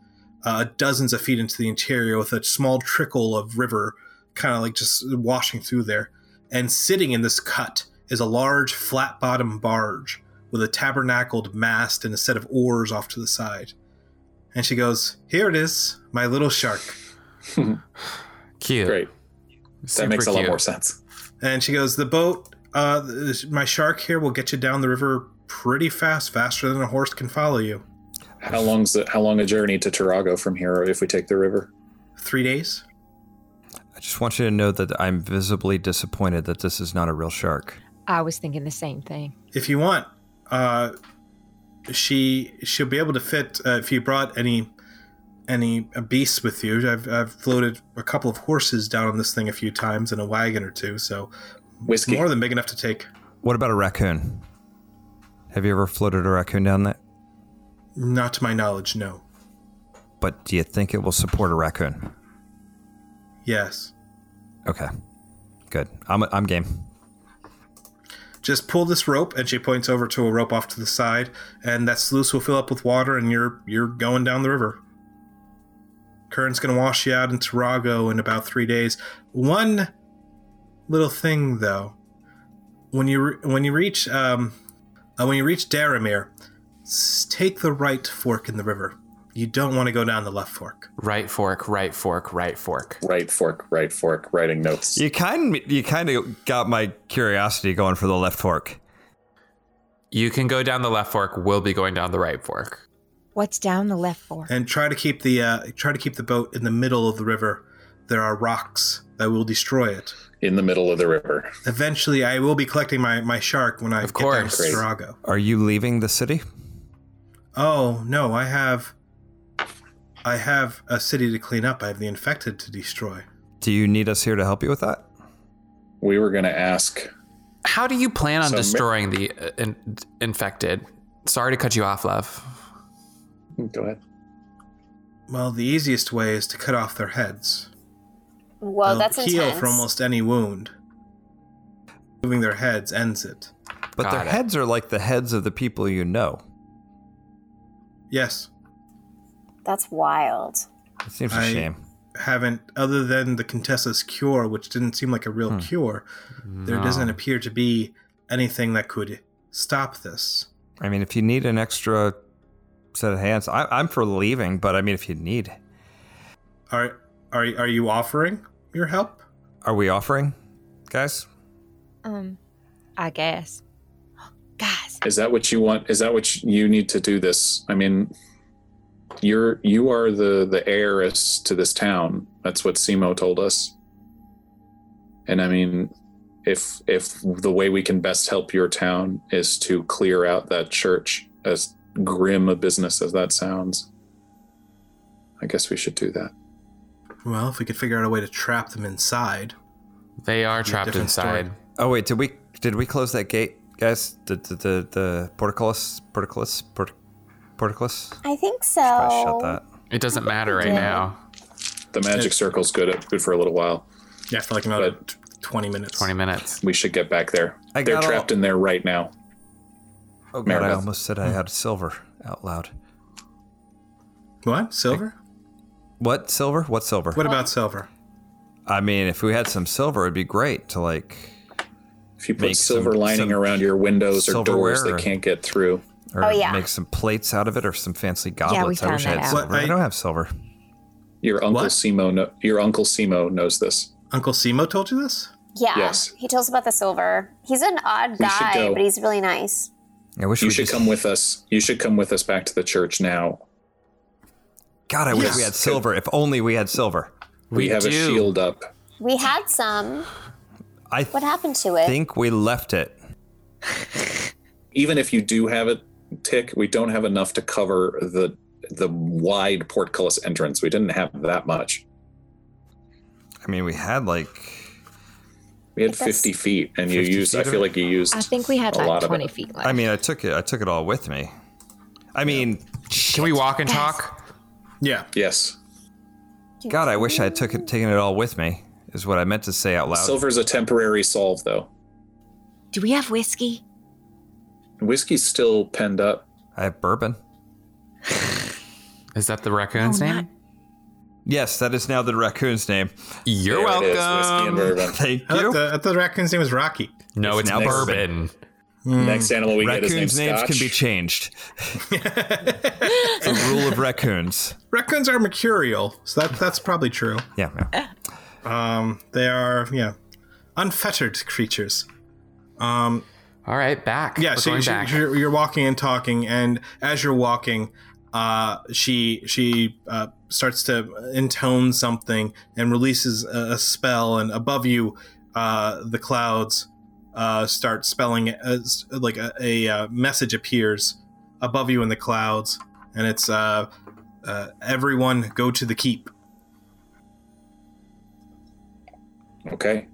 Uh, dozens of feet into the interior with a small trickle of river kind of like just washing through there. And sitting in this cut is a large flat bottomed barge with a tabernacled mast and a set of oars off to the side. And she goes, Here it is, my little shark.
Cute.
Great.
Super
That makes a lot
cute.
more sense.
And she goes, The boat, uh, th- my shark here will get you down the river pretty fast, faster than a horse can follow you.
How long's the, how long a journey to Tarago from here if we take the river?
Three days?
I just want you to know that I'm visibly disappointed that this is not a real shark.
I was thinking the same thing.
if you want uh she she'll be able to fit uh, if you brought any any uh, beasts with you i've i've floated a couple of horses down on this thing a few times and a wagon or two so it's
Whiskey.
more than big enough to take
What about a raccoon? Have you ever floated a raccoon down that?
not to my knowledge no
But do you think it will support a raccoon?
yes
Okay. Good. I'm, I'm game.
just pull this rope and she points over to a rope off to the side and that sluice will fill up with water and you're you're going down the river current's going to wash you out in Tarago in about three days one little thing though when you re- when you reach um, uh, when you reach Daramir s- take the right fork in the river you don't want to go down the left fork
Right fork, right fork, right fork.
Right fork, right fork, writing notes.
You kind you kind of got my curiosity going for the left fork.
You can go down the left fork. We'll be going down the right fork.
What's down the left fork?
and try to keep the uh, try to keep the boat in the middle of the river there are rocks that will destroy it
In the middle of the river.
Eventually, I will be collecting my, my shark when I
Of
get down to
course.
Sarago.
Are you leaving the city?
Oh no, I have, I have a city to clean up. I have the infected to destroy.
Do you need us here to help you with that?
We were going to ask.
How do you plan on
So ma-
destroying the uh, in- infected? Sorry to cut you off, love.
Go ahead.
Well, the easiest way is to cut off their heads.
Whoa,
Oh.
They'll
that's
heal
intense.
from almost any wound. Moving their heads ends it.
But their
Got it.
heads are like the heads of the people you know.
Yes,
that's wild.
It seems a
I-
shame.
haven't. Other than the Contessa's cure, which didn't seem like a real cure, there
Hmm. No.
doesn't appear to be anything that could stop this.
I mean, if you need an extra set of hands, I, I'm for leaving. But I mean, if you need,
Are are are you offering your help?
are we offering, guys?
Um, I guess.
Guys,
Is that what you want? Is that what you need to do this? I mean, you're you are the the heiress to this town. That's what Simo told us. And I mean, if if the way we can best help your town is to clear out that church, as grim a business as that sounds, I guess we should do that.
Well, if we could figure out a way to trap them inside,
They are trapped
different story.
inside.
Oh wait, did we did we close that gate, guys? The the the, the portcullis portcullis port, portcullis.
I think so.
Probably
Oh.
shut that.
It doesn't matter right now.
The magic circle's good good for a little while.
yeah, for like another t- twenty minutes.
20 minutes.
We should get back there.
I
They're
got all-
trapped in there right now.
Oh god, I
Meredith.
almost said I had silver out loud.
What silver?
What silver? What silver?
What about silver?
I mean, if we had some silver, it'd be great to like.
If you put
Make some-
silver lining
some
around your windows or
silverware
doors, they
or-
can't get through.
Or
Oh, yeah.
make some plates out of it or some fancy
we
goblets. I
found
wish I
that
had
out.
silver.
What
I,
I-
don't have silver.
Your uncle
What?
Simo, kno- your uncle Simo knows this.
Uncle Simo told you this?
Yeah.
Yes.
He tells about the silver. He's an odd
We should
guy,
go.
but he's really nice.
I wish
You
we
should
just-
come with us. You should come with us back to the church now.
God, I wish we
Yes.
had silver. If only we had silver.
We,
We
have a
do.
shield up.
We had some.
I
What happened to it?
think we left it.
Even if you do have it, tick, we don't have enough to cover the the wide portcullis entrance. We didn't have that much.
I mean, we had like
We had
It does-
50 feet, and you
50
used. I
feet of
feel
it?
like you used.
I think we had
A lot
like
of
20
it.
feet left.
I mean, I took it. I took it all with me. I mean,
Can we walk and talk?
Yeah.
yes.
God, I wish I had took it, taken it all with me. Is what I meant to say out loud.
Silver's a temporary solve, though.
Do we have whiskey?
Whiskey's still penned up.
I have bourbon.
Is that the raccoon's
No,
name?
not-
Yes, that is now the raccoon's name.
You're
There it is, whiskey and
welcome.
bourbon.
Thank
I
you.
thought the, I thought the raccoon's name was Rocky. Hmm.
no, it's,
It's now
bourbon.
Next animal we get
Raccoons'
is named
names
Scotch.
can be changed. the rule of raccoons.
Raccoons are mercurial, so that that's probably true.
Yeah, yeah.
Um, they are yeah, unfettered creatures. Um,
All right, back.
yeah,
We're
so
going
you-
back.
you're, you're walking and talking, and as you're walking, uh, she she uh, starts to intone something and releases a, a spell, and above you, uh, the clouds uh, start spelling uh, s- like a, a uh, message appears above you in the clouds, and it's uh, uh, everyone go to the keep.
Okay.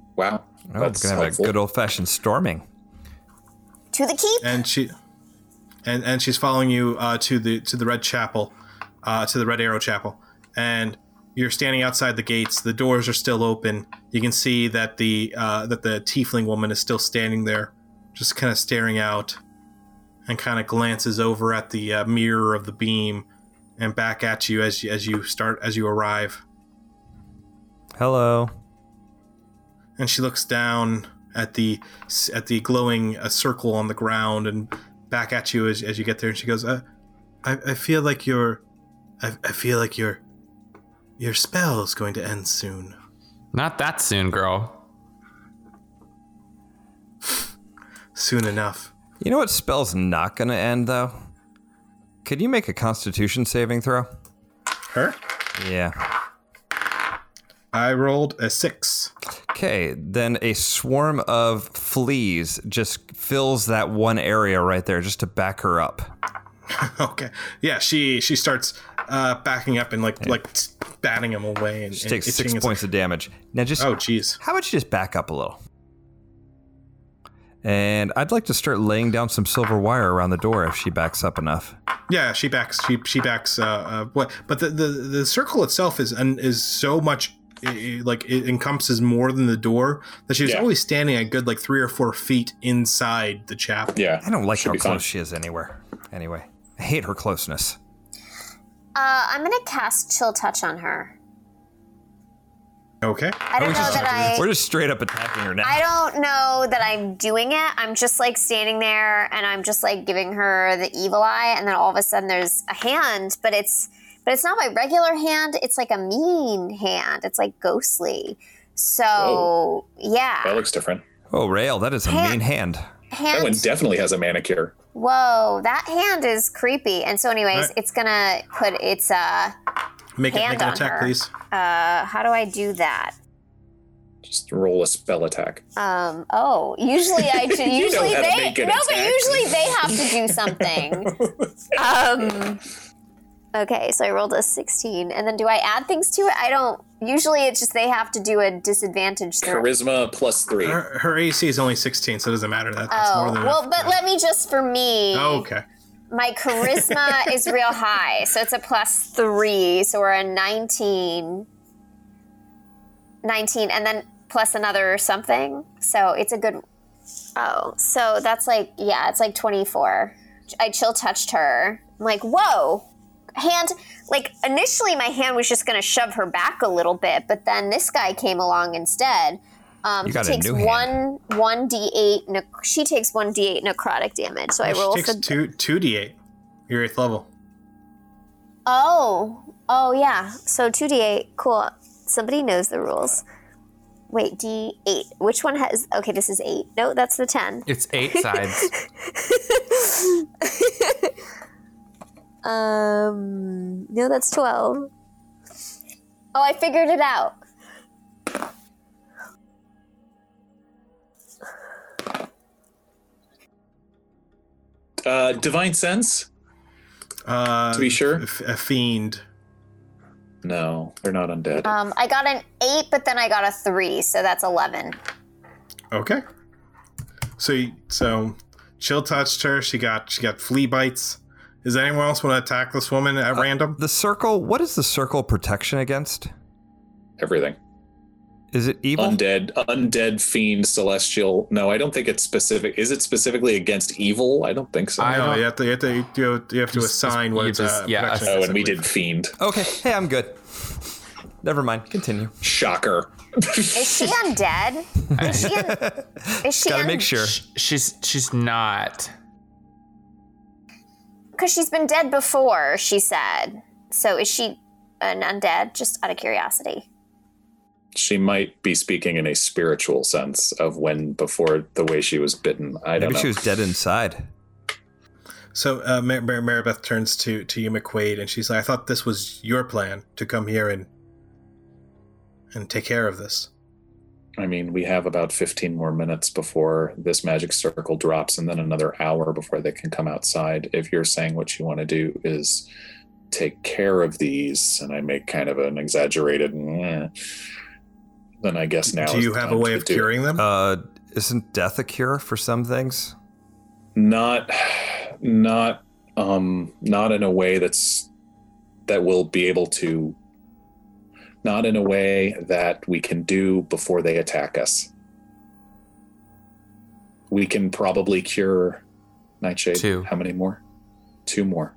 Oh,
Wow.
we're gonna
That's
have
helpful.
a good old-fashioned storming.
To the keep.
and she and and she's following you uh, to the to the red chapel uh, to the red arrow chapel and you're standing outside the gates the doors are still open you can see that the uh, that the tiefling woman is still standing there just kind of staring out and kind of glances over at the uh, mirror of the beam and back at you as you, as you start as you arrive
Hello.
and she looks down at the at the glowing uh, circle on the ground and back at you as, as you get there and she goes uh, I, I feel like your I, I feel like your your spell is going to end soon
Not that soon, girl.
soon enough
You know what spell's not gonna end though? Could you make a Constitution saving throw?
her
Yeah.
I rolled a six
Okay, then a swarm of fleas just fills that one area right there just to back her up.
okay yeah she she starts uh, backing up and like like batting him away and,
She
and
takes six
itching. It's like,
points of damage. Now just
oh jeez
How about you just back up a little? And I'd like to start laying down some silver wire around the door if she backs up enough.
Yeah, she backs. She she backs. Uh, uh, what? But the, the the circle itself is and is so much i- i- like it encompasses more than the door that she's
Yeah.
always standing a good like three or four feet inside the chapel.
Yeah.
I don't like
Should
how
be
close
fine.
she is anywhere. Anyway, I hate her closeness.
Uh, I'm gonna cast Chill Touch on her.
Okay.
I don't know that I.
We're just straight up attacking her now.
I don't know that I'm doing it. I'm just like standing there and I'm just like giving her the evil eye and then all of a sudden there's a hand, but it's but it's not my regular hand, it's like a mean hand. It's like ghostly. So,
Whoa. That
yeah.
looks different.
oh, Rail, that is a
Can't-
mean hand.
That one
Hand
definitely has a manicure.
Whoa, that hand is creepy. And so anyways,
Alright.
it's going to put its uh
Make it
Hand
make an
on
attack,
her.
please.
uh how do I do that?
Just roll a spell attack.
Um, oh, usually I do.
You know
Usually
how to
they
make an
no, but
attack.
usually they have to do something. um, okay, so I rolled a sixteen, and then do I add things to it? I don't. Usually, it's just they have to do a disadvantage throw.
Charisma plus three.
Her, her AC is only sixteen, so it doesn't matter. That, that's
Oh
more than
well,
enough.
but let me just for me.
Oh, okay.
My charisma is real high, so it's a plus three, so we're a 19. 19, and then plus another something. So it's a good. Oh, so that's like, yeah, it's like 24. I chill touched her. I'm like, whoa! Hand, like, initially my hand was just gonna shove her back a little bit, but then this guy came along instead. Um,
You
he
got a
takes
new hand.
one one d eight. Ne- she takes one d eight necrotic damage. So I
she
roll
takes
for
two two d eight. Your eighth level.
Oh, oh yeah. So two d eight. Cool. Somebody knows the rules. Wait, d eight. Which one has? Okay, this is eight. No, that's the ten.
It's eight sides.
Um, no, that's twelve. Oh, I figured it out.
Uh, divine sense?
Uh,
To be sure.
f- a fiend.
No, they're not undead.
Uh, Um, I got an eight, but then I got a three, so that's eleven.
Okay. So you- so chill touched her. She got she got flea bites. Does anyone else want to attack this woman at
Uh,
random?
The circle, what is the circle protection against?
Everything.
Is it evil?
Undead, undead, fiend, celestial. No, I don't think it's specific. Is it specifically against evil? I don't think so.
I-
No, you have to you have to you have to, you have to
Just-
assign what
you
it's
just-
uh,
yeah,
protection
oh,
is,
and
I
we
believe.
did fiend.
Okay. Hey, I'm good. Never mind. Continue.
Shocker.
Is she undead? Is she? Un- is she?
Gotta
un-
make sure.
She's she's not.
Because she's been dead before, she said. So is she an undead? Just out of curiosity.
she might be speaking in a spiritual sense of when before the way she was bitten. I
Maybe
don't know.
she was dead inside.
So uh, Mar- Mar- Maribeth turns to to you, McQuaid, and she's like, "I thought this was your plan to come here and and take care of this."
I mean, we have about 15 more minutes before this magic circle drops, and then another hour before they can come outside. If you're saying what you want to do is take care of these, and I make kind of an exaggerated, "Meh," then I guess now.
do
is
you
the
have a
time
way
to
of
do it.
curing them?
Uh, isn't death a cure for some things?
Not, not, um, not in a way that's that will be able to. Not in a way that we can do before they attack us. We can probably cure Nightshade.
Two.
How many more? Two more.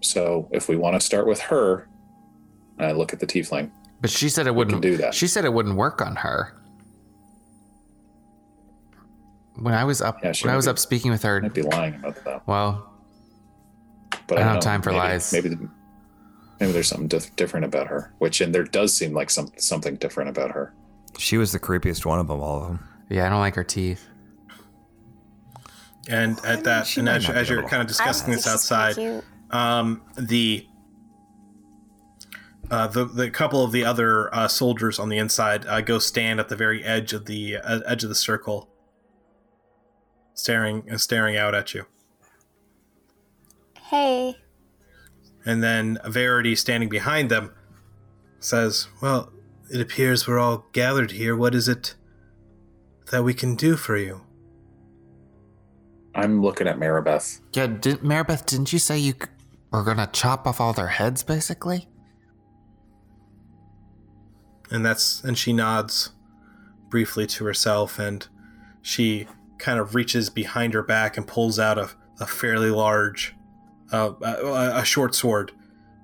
So if we want to start with her, and I look at the tiefling.
But she said it wouldn't
do that.
She said it wouldn't work on her. When I was up,
Yeah, she
when I
might
was
be-
up speaking with
I
her,
might be lying about that.
well,
but
I don't
I don't
have
know,
time for
maybe,
lies.
Maybe, the, maybe there's something dif- different about her. Which, and there does seem like some something different about her.
She was the creepiest one of them, all of them.
yeah, I don't like her teeth.
And
I mean,
at that,
she
and
might
as,
not
as
be
you're
able to-
kind of discussing this outside, um, the uh, the the couple of the other uh, soldiers on the inside uh, go stand at the very edge of the uh, edge of the circle, staring uh, staring out at you.
Hey.
And then Verity, standing behind them, says, "Well, it appears we're all gathered here. What is it that we can do for you?"
I'm looking at Maribeth.
Yeah, did, Maribeth, didn't you say you c- were gonna chop off all their heads, basically?
and that's and she nods briefly to herself and she kind of reaches behind her back and pulls out a, a fairly large uh, a, a- a short sword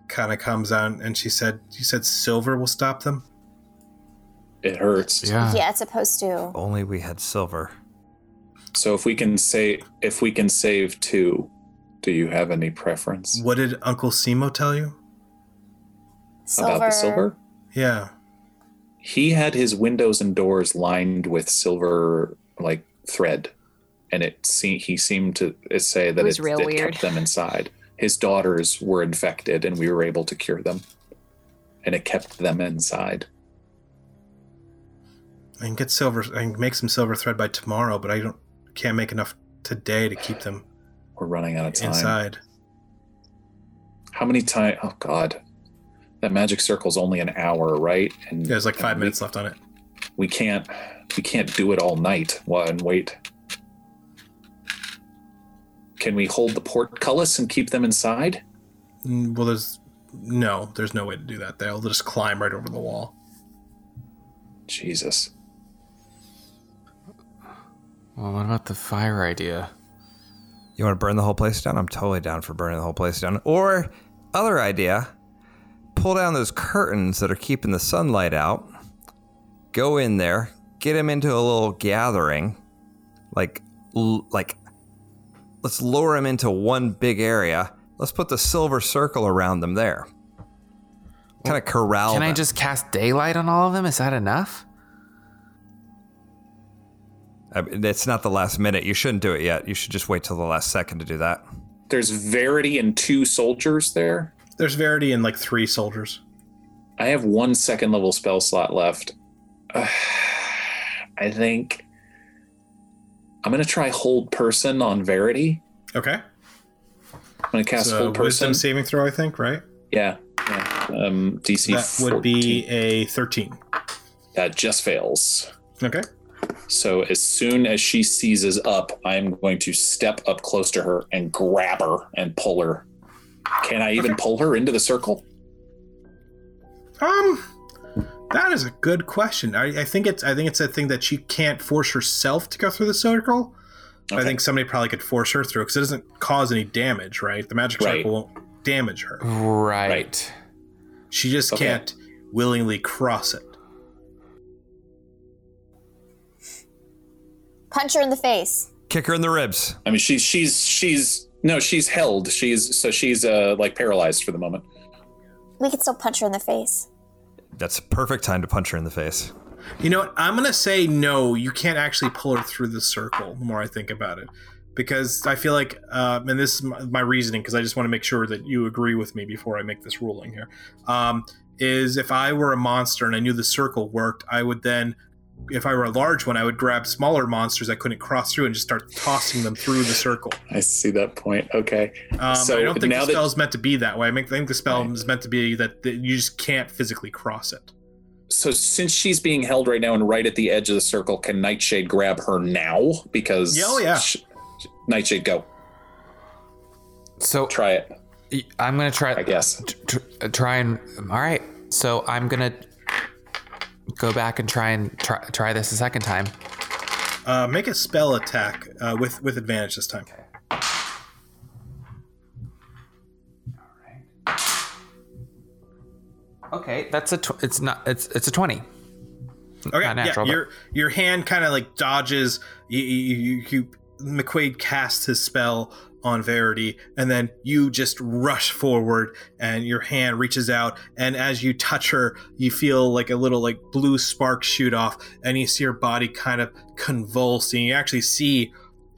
kind of comes out and she said you said silver will stop them
It hurts.
Yeah.
yeah, it's supposed to.
If Only we had silver.
So if we can say if we can save two, do you have any preference
what did uncle simo tell you
Silver.
about the silver?
yeah
He had his windows and doors lined with silver like thread, and it se- he seemed to say that
It was
it,
real
it
weird.
kept them inside. His daughters were infected, and we were able to cure them, and it kept them inside.
i can get silver i can make some silver thread by tomorrow but i don't can't make enough today to keep them
We're running out of time.
inside
How many time? Oh God, that magic circle's only an hour, right? And
there's like five
and
minutes left on it
We, we can't, we can't do it all night. While and wait. Can we hold the portcullis and keep them inside?
Mm, well there's no there's no way to do that they'll just climb right over the wall
Jesus.
Well, what about the fire idea?
You want to burn the whole place down? I'm totally down for burning the whole place down. Or, other idea, pull down those curtains that are keeping the sunlight out, go in there, get them into a little gathering, like, l- like, let's lower them into one big area. Let's put the silver circle around them there. Kind of corral.
Can I
them.
just cast daylight on all of them? Is that enough?
I mean, it's not the last minute. You shouldn't do it yet. You should just wait till the last second to do that.
There's Verity and two soldiers there.
There's Verity and like three soldiers.
I have one second level spell slot left. I think I'm gonna try hold person on Verity.
Okay.
I'm gonna cast
so
hold person.
wisdom saving throw, I think, right?
Yeah. yeah. Um, DC
that would be a 13.
That just fails.
Okay.
So as soon as she seizes up, I'm going to step up close to her and grab her and pull her. Can I even pull her into the circle?
Um, that is a good question. I, I think it's I think it's a thing that she can't force herself to go through the circle. I
Okay.
think somebody probably could force her through because it doesn't cause any damage, right? The magic
Right.
circle won't damage her.
Right.
Right.
She just
Okay.
can't willingly cross it.
Punch her in the face.
Kick her in the ribs.
I mean, she's she's she's no, she's held. She's so she's uh like paralyzed for the moment.
We could still punch her in the face.
That's a perfect time to punch her in the face.
You know what? I'm gonna say no. You can't actually pull her through the circle. The more I think about it, because I feel like, um, and this is my, my reasoning, because I just want to make sure that you agree with me before I make this ruling here. Um, is if I were a monster and I knew the circle worked, I would then, if I were a large one, I would grab smaller monsters I couldn't cross through and just start tossing them through the circle.
I see that point. Okay.
Um,
So
I don't think
now
the
that-
spell's meant to be that way. I make- I think the spell
Right.
is meant to be that, that you just can't physically cross it.
So since she's being held right now and right at the edge of the circle, can Nightshade grab her now? Because
Yeah, oh, yeah.
sh- Nightshade, go
So
try it.
y- I'm gonna try.
I guess.
t- t- try and all right. So I'm gonna go back and try and try, try this a second time.
Uh, make a spell attack uh, with with advantage this time.
Okay, that's a. Tw- it's not. It's it's a twenty.
Okay,
Not natural,
yeah,
but-
your your hand kind of like dodges. You, you, you, you McQuaid casts his spell on Verity, and then you just rush forward, and your hand reaches out, and as you touch her, you feel like a little like blue spark shoot off, and you see her body kind of convulse, and you actually see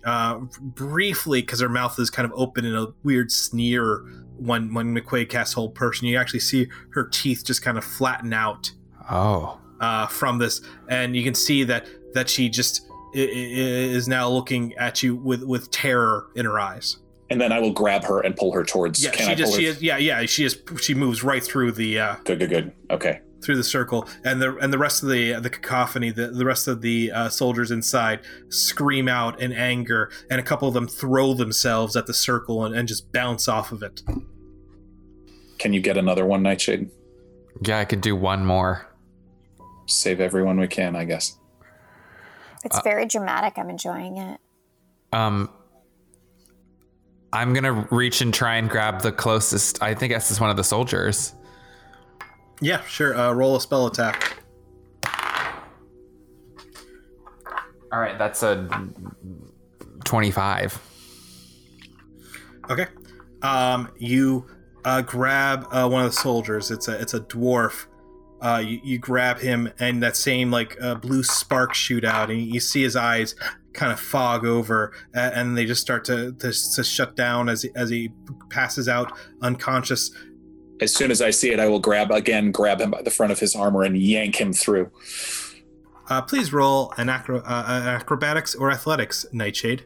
uh, briefly because her mouth is kind of open in a weird sneer. When when McQuaid casts whole person, you actually see her teeth just kind of flatten out
Oh.
uh, from this, and you can see that that she just i- i- is now looking at you with with terror in her eyes.
And then I will grab her and pull her towards.
Yeah,
can
she
I
just
pull
she
her?
is yeah yeah she is she moves right through the uh,
Good, good, good. Okay.
through the circle, and the and the rest of the the cacophony, the, the rest of the uh, soldiers inside scream out in anger, and a couple of them throw themselves at the circle and, and just bounce off of it.
Can you get another one, Nightshade?
Yeah, I could do one more.
Save everyone we can, I guess.
It's
Uh,
very dramatic. I'm enjoying it.
Um, I'm gonna reach and try and grab the closest. I think that's just one of the soldiers.
Yeah, sure. Uh, roll a spell attack.
All right, that's a twenty-five.
Okay. Um, you uh, grab uh, one of the soldiers. It's a it's a dwarf. Uh, you, you grab him, and that same like uh, blue spark shoot out, and you see his eyes kind of fog over, a- and they just start to, to to shut down as as he passes out unconscious.
As soon as I see it, I will grab again, grab him by the front of his armor and yank him through.
Uh, please roll an acro- uh, uh, acrobatics or athletics, Nightshade.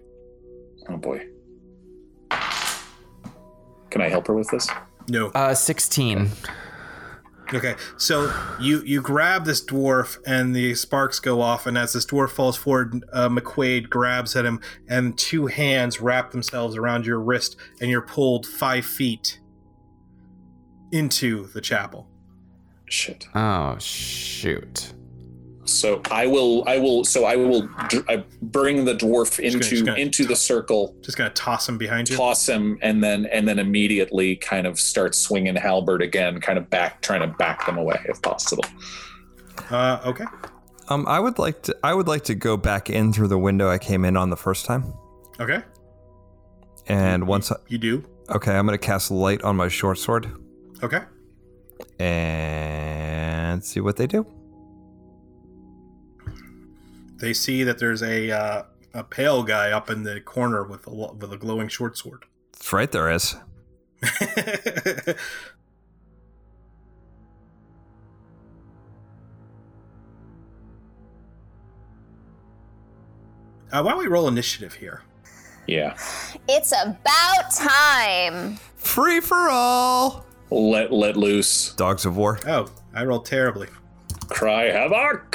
Oh boy. Can I help her with this?
No.
Uh, sixteen.
Okay, so you you grab this dwarf and the sparks go off, and as this dwarf falls forward, uh, McQuaid grabs at him, and two hands wrap themselves around your wrist, and you're pulled five feet into the chapel.
Shit.
Oh shoot.
So I will, I will, so I will, dr- I bring the dwarf
gonna-
into
just gonna-
into the circle,
Just gonna toss him behind you.
toss him, and then and then immediately kind of start swinging halberd again, kind of back, trying to back them away if possible.
Uh, okay,
Um, I would like to. I would like to go back in through the window I came in on the first time.
okay. Mm-hmm.
And once, I,
You do.
okay, I'm gonna cast light on my short sword
Okay.
and see what they do.
They see that there's a uh, a pale guy up in the corner with a lo- with a glowing short sword.
That's right, there is.
Uh, why don't we roll initiative here?
Yeah.
It's about time.
Free for all.
Let let loose.
Dogs of War.
Oh, I rolled terribly.
Cry havoc.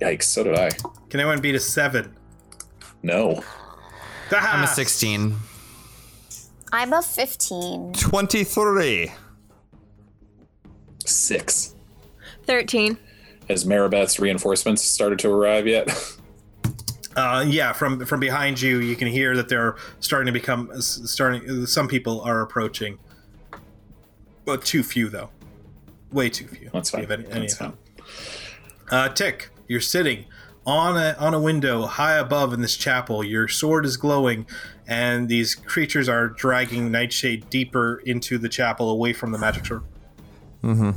Yikes! So did I.
Can anyone beat a seven?
No.
I'm
Ah!
a 16.
I'm a 15.
23.
Six.
13.
Has Maribeth's reinforcements started to arrive yet?
Uh, yeah, from from behind you, you can hear that they're starting to become s- starting. Some people are approaching, but too few though. Way too few.
That's
Do you
fine.
have any- any
That's
of them?
fine.
Uh, Tick, you're sitting on a on a window high above in this chapel. Your sword is glowing, and these creatures are dragging Nightshade deeper into the chapel, away from the magic sword.
Mm-hmm.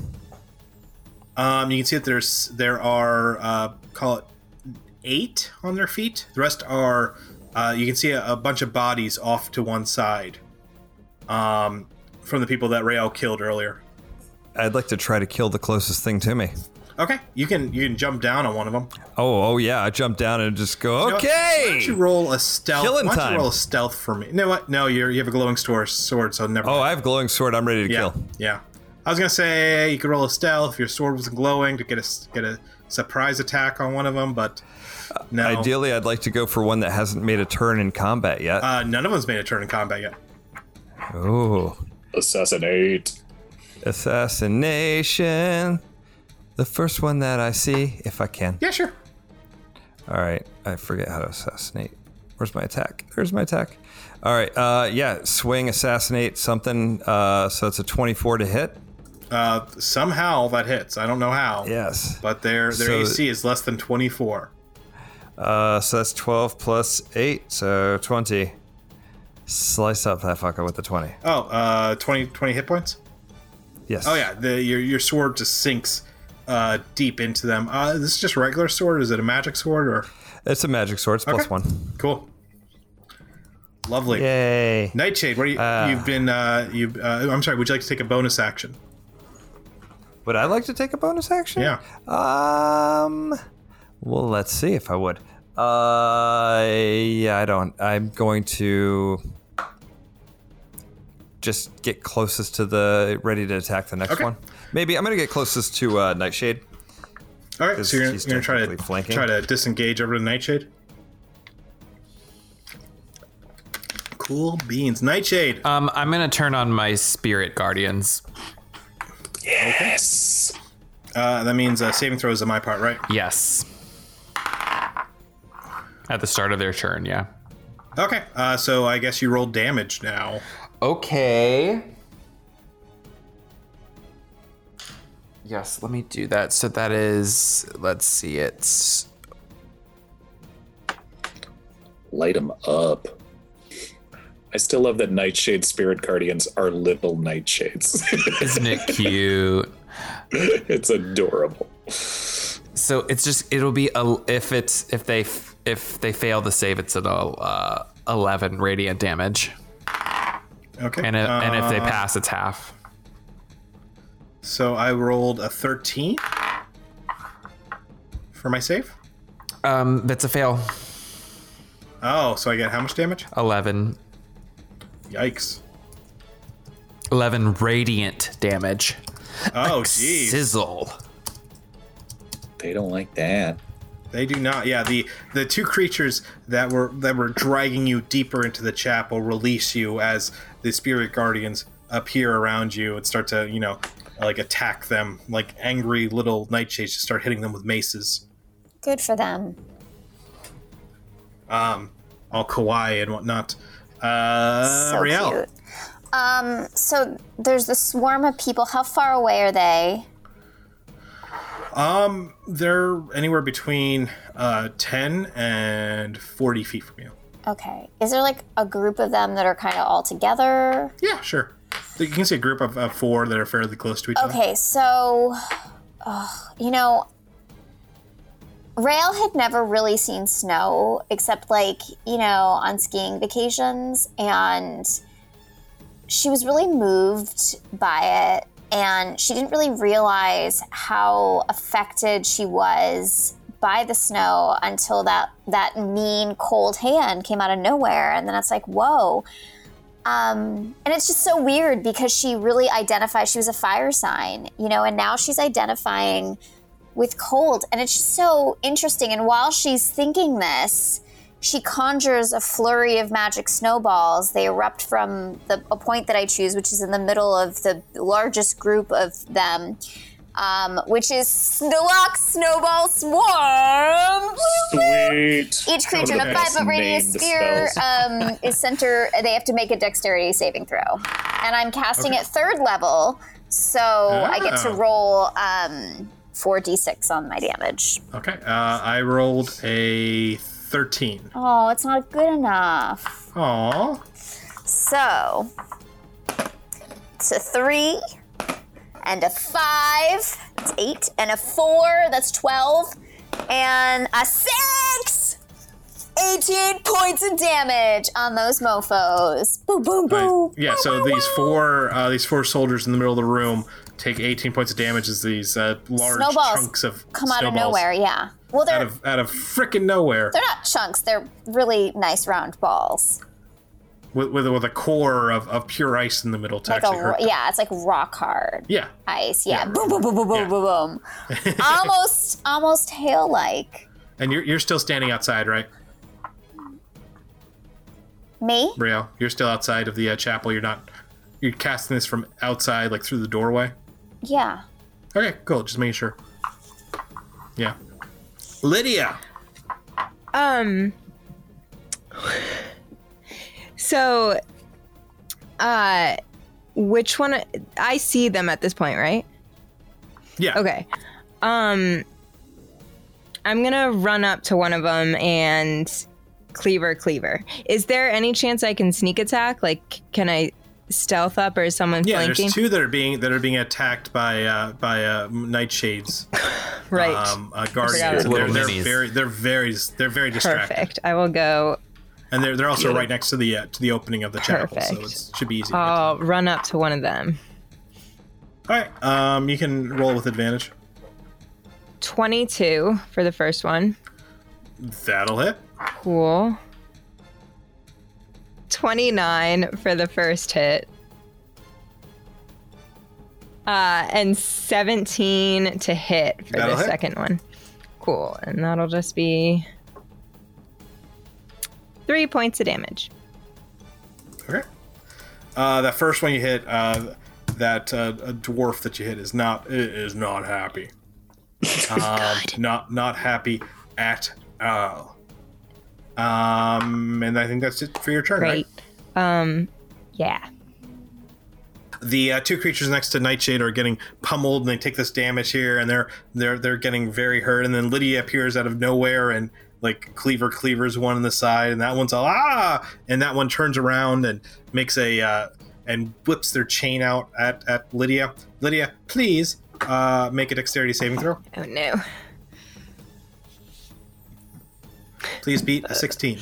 Um, you can see that there's there are uh, call it eight on their feet. The rest are uh, you can see a, a bunch of bodies off to one side um, from the people that Rael killed earlier.
I'd like to try to kill the closest thing to me.
Okay, you can you can jump down on one of them.
Oh, oh yeah. I jump down and just go,
know what? Why
okay.
don't you roll a stealth?
Killing
why don't
time.
you roll a stealth for me? You know what? No, you're you have a glowing store, sword, so never.
Oh, I have glowing sword. I'm ready to
yeah,
kill.
yeah. I was gonna say you could roll a stealth if your sword was glowing to get a s- get a surprise attack on one of them, but no.
Ideally, I'd like to go for one that hasn't made a turn in combat yet.
Uh, none of them's made a turn in combat yet.
oh,
Assassinate.
assassination. The first one that I see, if I can.
Yeah, sure.
All right, I forget how to assassinate. Where's my attack? There's my attack. All right, uh, yeah, swing, assassinate, something. Uh, so it's a 24 to hit.
Uh, somehow that hits. I don't know how.
Yes.
But their their
So-
AC is less than 24.
Uh, so that's 12 plus 8, so 20. Slice up that fucker with the 20.
Oh, uh, 20, 20 hit points.
Yes.
Oh yeah, the, your your sword just sinks uh, deep into them. Uh, this is just a regular sword. Is it a magic sword or?
It's a magic sword. It's plus
Okay.
one.
Cool. Lovely.
Yay.
Nightshade, what are you, you've been? Uh, you, uh, I'm sorry. Would you like to take a bonus action?
Would I like to take a bonus action?
Yeah.
Um. Well, let's see if I would. Uh. Yeah, I don't. I'm going to just get closest to the ready to attack the next
Okay.
one. Maybe I'm gonna get closest to uh, Nightshade.
All right.
Because
So you're,
she's
you're gonna try to
technically flanking.
try to disengage over to Nightshade. Cool beans, Nightshade.
Um, I'm going to turn on my spirit guardians.
Yes.
Uh, that means uh, saving throws on my part, right?
Yes. At the start of their turn, yeah.
Okay, uh, so I guess you roll damage now.
Okay. Yes, let me do that. So that is, let's see, it's
Light them up. I still love that Nightshade Spirit Guardians are little nightshades.
isn't it cute?
it's adorable.
So it's just it'll be a, if it's if they f- if they fail the save, it's an uh, eleven radiant damage,
Okay,
and if, and if they
uh,
pass, it's half.
so I rolled a thirteen for my save.
Um, that's a fail.
Oh, so I get how much damage?
11.
Yikes!
11 radiant damage.
Oh, jeez,
Sizzle.
They don't like that.
they do not. Yeah, the the two creatures that were that were dragging you deeper into the chapel release you as the spirit guardians appear around you and start to you know like attack them like angry little nightshades just start hitting them with maces.
Good for them.
um, all kawaii and whatnot. Uh,
so
Riel,
cute. Um, so there's the swarm of people. How far away are they?
Um, they're anywhere between uh, ten and forty feet from you.
Okay. Is there like a group of them that are kind of all together?
Yeah, sure. You can see a group of, of four that are fairly close to each other.
Okay, so, ugh, you know, Rail had never really seen snow except like, you know, on skiing vacations. And she was really moved by it. And she didn't really realize how affected she was by the snow until that, that mean cold hand came out of nowhere. And then it's like, whoa, Um, and it's just so weird because she really identifies, she was a fire sign, you know, and now she's identifying with cold. And it's just so interesting. And while she's thinking this, she conjures a flurry of magic snowballs. They erupt from the, a point that I choose, which is in the middle of the largest group of them, um, which is Snorlax Snowball Swarm.
Sweet.
Each creature with a five
Best
foot radius
named
sphere
spells.
um, is center. They have to make a dexterity saving throw, and I'm casting at third level, so I get
Ah.
to
Oh.
roll um, four d6 on my damage.
Okay. Uh, I rolled a 13.
Oh, it's not good enough.
Aww.
So it's a three and a five. That's eight and a four. That's twelve and a six. 18 points of damage on those mofos. Boom, boom, boom.
Yeah, so these four uh, these four soldiers in the middle of the room take 18 points of damage as these uh, large
Snowballs
chunks of
come out of
snowballs
nowhere, yeah. Well,
Out
they're,
of out of freaking nowhere
they're not chunks, they're really nice round balls.
with, with with a core of, of pure ice in the middle to
Like
actually
a,
hurt.
ro- yeah, it's like rock hard.
yeah.
ice. Yeah. Boom, boom, boom, boom, boom, boom, boom. almost, almost hail like.
And you're you're still standing outside, right?
Me?
Rio, you're still outside of the uh, chapel. You're not. You're casting this from outside, like through the doorway.
Yeah.
Okay, cool. Just making sure. Yeah. Lydia.
Um. So, uh, which one? I see them at this point, right?
Yeah.
Okay. Um, I'm gonna run up to one of them and cleaver, cleaver. Is there any chance I can sneak attack? Like, can I stealth up, or is someone
Yeah.
flanking?
There's two that are being that are being attacked by uh, by uh, nightshades.
right.
Um, uh,
forgot
guardians.
about
And They're,
that.
they're
Minis.
very they're very they're very distracted,
Perfect. I will go.
and they're they're also right next to the uh, to the opening of the chapel, so
Perfect. Oh.
it should be easy. All
I'll run up to one of them.
right. Um, you can roll with advantage.
Twenty-two for the first one.
That'll hit.
Cool. 29 for the first hit. Uh, and 17 to hit for
That'll
the
hit.
second one. Cool. And that'll just be three points of damage.
Okay. Uh, that first one you hit, uh, that uh, a dwarf that you hit is not i- is not happy. Um, not not happy at all. Um, and I think that's it for your turn.
Great.
Right?
Um, yeah.
The uh, two creatures next to Nightshade are getting pummeled, and they take this damage here, and they're they're they're getting very hurt. And then Lydia appears out of nowhere, and like Cleaver cleavers one on the side, and that one's all ah, and that one turns around and makes a uh, and whips their chain out at at Lydia. Lydia, please uh, make a dexterity saving throw.
Oh, no.
Please beat a sixteen.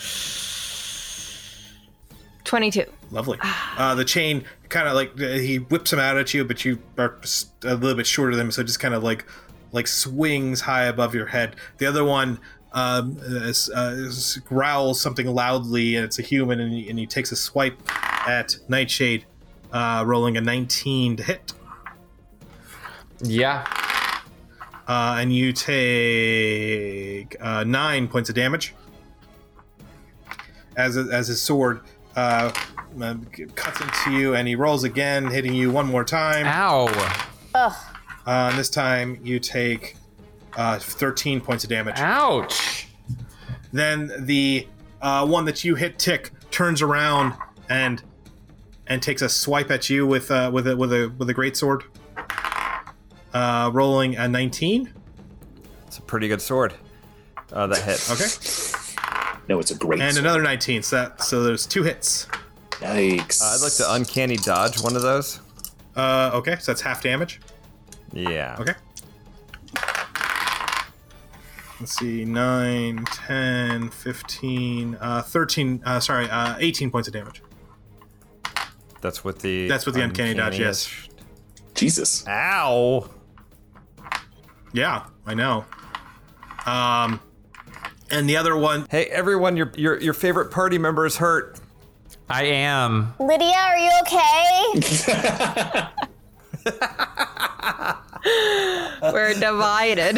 22.
Lovely. Uh, the chain kind of like uh, he whips him out at you, but you are s- a little bit shorter than him, so it just kind of like like swings high above your head. The other one um, is, uh, is- growls something loudly, and it's a human, and he, and he takes a swipe at Nightshade, uh, rolling a 19 to hit,
Yeah.
uh, and you take uh, nine points of damage as as his sword. Uh, um, cuts into you and he rolls again, hitting you one more time.
Ah. Ow.
Ugh.
Uh, and this time you take uh, 13 points of damage.
Ah. Ouch.
Then the uh, one that you hit tick turns around and and takes a swipe at you with uh, with a with a with a great sword. Uh, rolling a 19.
It's a pretty good sword. Uh, that hit.
Okay.
No, it's a great.
And another 19. So that so there's two hits.
Yikes.
Uh, I'd like to uncanny dodge one of those.
Uh, okay, so that's half damage.
Yeah.
Okay. Let's see, 9, 10, 15, uh, 13, uh, sorry, uh, 18 points of damage.
That's with the.
That's with the uncanny dodge, yes.
uncanny-ish-
Jesus.
Ow.
Yeah, I know. Um, and the other one,
Hey, everyone! Your your your favorite party member is hurt.
I am.
Lydia, are you okay?
Uh.
We're divided.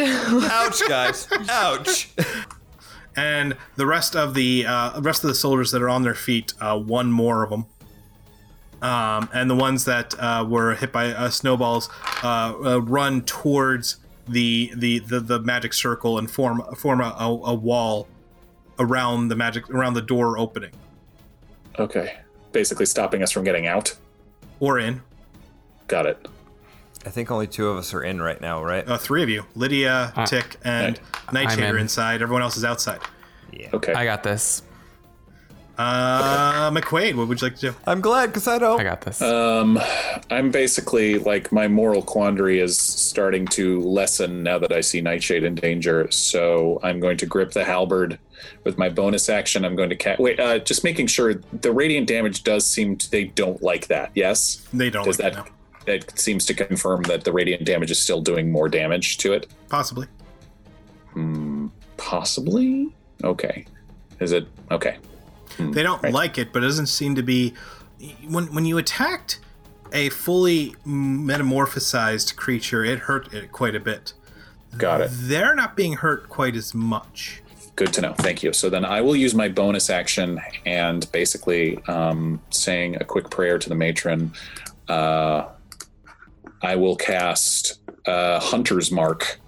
Ouch, guys. Ouch.
and the rest of the uh, rest of the soldiers that are on their feet, uh, one more of them, um, and the ones that uh, were hit by uh, snowballs uh, uh, run towards the, the the the magic circle and form form a, a, a wall around the magic around the door opening
okay. Basically stopping us from getting out.
or in
Got it.
I think only two of us are in right now, right?
uh, three of you, Lydia,
Uh,
Tick, and Nightshade
I'm
are
in.
inside. Everyone else is outside.
Okay.
I got this.
Uh, McQuaid, what would you like to do?
I'm glad because I don't.
I got this.
Um, I'm basically like my moral quandary is starting to lessen now that I see Nightshade in danger. So I'm going to grip the halberd with my bonus action. I'm going to ca- wait. Uh, just making sure the radiant damage does seem to, they don't like that. Yes,
They don't
does
like
that
know.
that seems to confirm that the radiant damage is still doing more damage to it?
Possibly.
Hmm, possibly. Okay. Is it okay?
They don't
Right.
like it, but it doesn't seem to be. When when you attacked a fully metamorphosized creature, it hurt it quite a bit.
Got it.
They're not being hurt quite as much.
Good to know. Thank you. So then I will use my bonus action and basically um, saying a quick prayer to the matron. Uh, I will cast uh, Hunter's Mark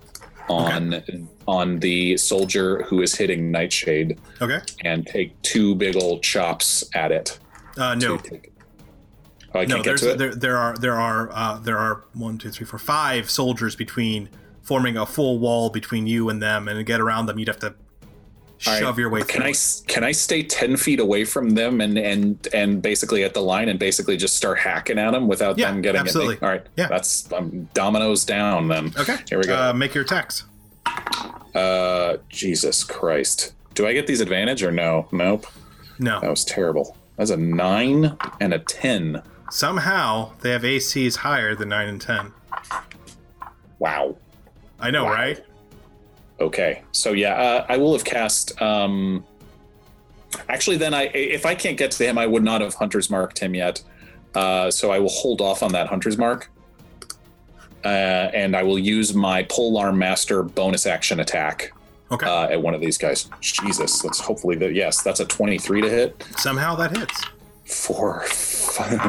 on on the soldier who is hitting Nightshade
Okay.
and take two big old chops at it.
Uh, no.
To take- Oh, I
No,
can't get
there's,
to it.
there, there are there are uh, there are one, two, three, four, five soldiers between forming a full wall between you and them, and to get around them, you'd have to
All right.
shove your way
Can
through.
I s- can I stay ten feet away from them and and and basically at the line and basically just start hacking at them without
Yeah,
them getting
absolutely.
at me? All right,
Yeah.
that's um, dominoes down then.
Okay.
here we go.
Uh, make your attacks.
Uh, Jesus Christ, do I get these advantage or no? Nope,
No.
that was terrible. That's a nine and a ten.
Somehow they have ACs higher than nine and ten.
Wow.
I know, right?
Okay. So yeah, uh, I will have cast. Um, actually, then I if I can't get to him, I would not have hunter's marked him yet. Uh, so I will hold off on that hunter's mark, uh, and I will use my polearm master bonus action attack
Okay.
uh, at one of these guys. Jesus, that's hopefully that. Yes, that's a twenty-three to hit.
Somehow that hits.
Four.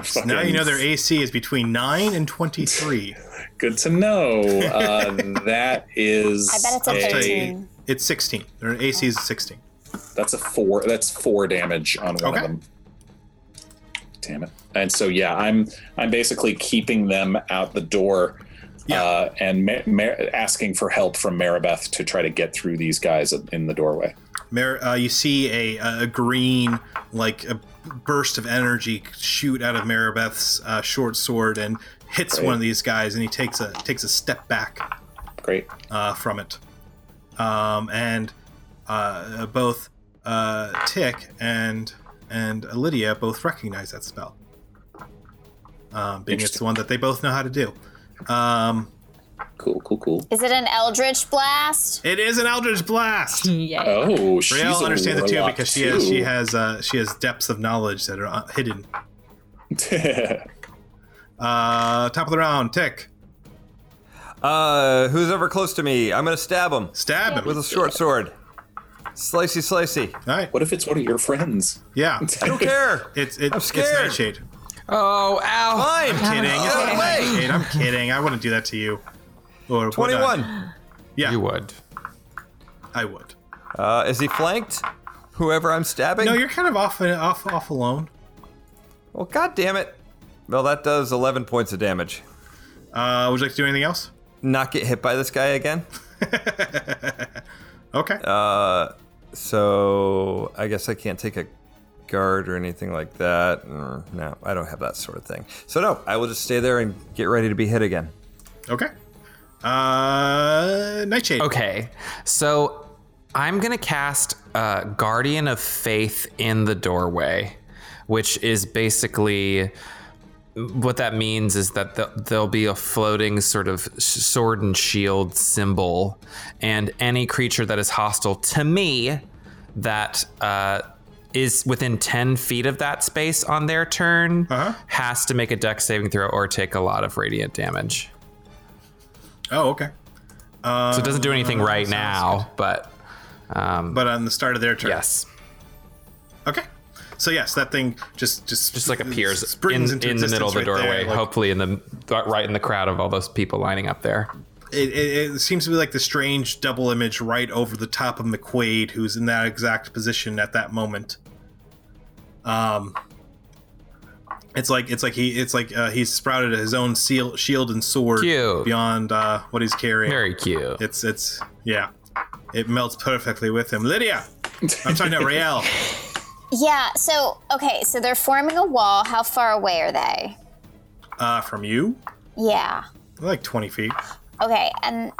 So now you know their AC is between nine and twenty-three.
Good to know. Uh, that is.
I bet it's a
I'll tell you,
13.
It's sixteen. Their AC is sixteen.
That's a four. That's four damage on one
Okay.
of them. Damn it! And so yeah, I'm I'm basically keeping them out the door,
Yeah.
uh, and Mar- Mar- asking for help from Maribeth to try to get through these guys in the doorway.
Mer- uh, you see a, a green, like a burst of energy shoot out of Maribeth's uh, short sword and hits
Great.
one of these guys, and he takes a takes a step back
Great.
uh, from it. Um, and uh, both uh, Tick and and Lydia both recognize that spell, um, being it's
Interesting.
the one that they both know how to do. Um,
Cool. Cool. Cool.
Is it an Eldritch Blast?
it is an Eldritch Blast.
yeah.
Oh, she's
Rael
a
understands it too
warlock,
because she has she
too.
has uh, she has depths of knowledge that are uh, hidden. Uh, top of the round, tick,
Uh, who's ever close to me? I'm gonna stab him
stab him.
with a short sword. Slicey, slicey.
All right,
what if it's one of your friends?
yeah,
I don't care.
it's it,
I'm
it's
scared.
Nightshade.
oh, ow.
Fine.
Kidding, it's
Get
not
away.
Nightshade. I'm kidding. I wouldn't do that to you. Or would I?
Twenty-one.
Yeah,
You would.
I would.
Uh, is he flanked? Whoever I'm stabbing.
No, you're kind of off off off alone.
Well, god damn it. Well, that does 11 points of damage.
Uh, would you like to do anything else?
Not get hit by this guy again.
Okay.
Uh,
So I guess I can't take a guard or anything like that. Mm, No, I don't have that sort of thing. So no, I will just stay there and get ready to be hit again.
okay. Uh, Nightshade.
Okay. So I'm going to cast uh, Guardian of Faith in the doorway, which is basically what that means is that th- there'll be a floating sort of s- sword and shield symbol, and any creature that is hostile to me that uh, is within 10 feet of that space on their turn
Uh-huh.
has to make a deck saving throw or take a lot of radiant damage.
Oh, okay.
So it doesn't do anything right now, but
But on the start of their turn.
yes.
Okay. So yes, that thing just just
Just like appears
springs
in,
into
in the middle of the
existence right there,
doorway,
like,
hopefully in the right in the crowd of all those people lining up there.
it, it, it seems to be like the strange double image right over the top of McQuaid, who's in that exact position at that moment. Um, it's like it's like he it's like uh, he's sprouted his own seal, shield and sword
Cute.
beyond uh, what he's carrying.
Very cute.
It's it's yeah, it melts perfectly with him. Lydia, I'm talking to Rael.
Yeah, so, okay, so they're forming a wall. How far away are they?
Uh, from you,
Yeah.
like 20 feet.
Okay, and.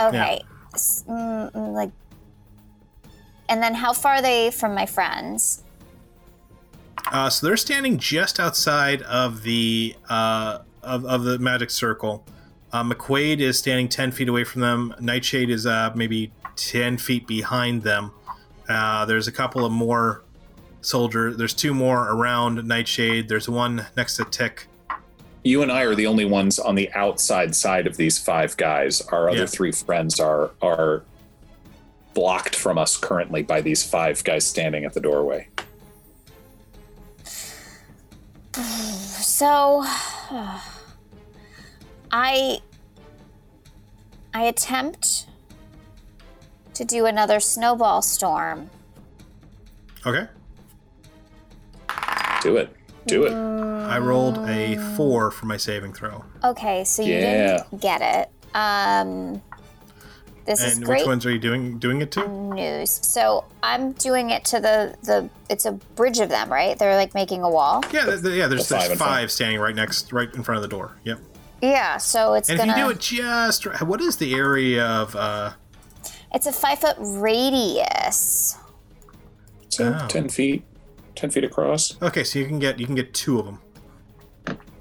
Okay. S- mm, mm, like. And then how far are they from my friends?
Uh, so they're standing just outside of the uh, of, of the magic circle. Uh, McQuaid is standing ten feet away from them. Nightshade is uh, maybe ten feet behind them. Uh, there's a couple of more soldier. There's two more around Nightshade. There's one next to Tick.
You and I are the only ones on the outside side of these five guys. Our other
Yeah.
three friends are are blocked from us currently by these five guys standing at the doorway.
So. I. I attempt to do another snowball storm.
Okay,
Do it. Do it.
I rolled a four for my saving throw.
Okay, so you didn't get it. Um, this is
And
great
which ones are you doing doing it to?
news. So I'm doing it to the the. It's a bridge of them, right? They're like making a wall.
Yeah, th- th- yeah. There's,
The five
there's
in front.
five standing right next, right in front of the door. Yep.
Yeah. So it's
And
gonna.
if you do it just, right- what is the area of? Uh,
It's a five foot radius.
So
Oh.
ten feet, ten feet across.
Okay, so you can get you can get two of them.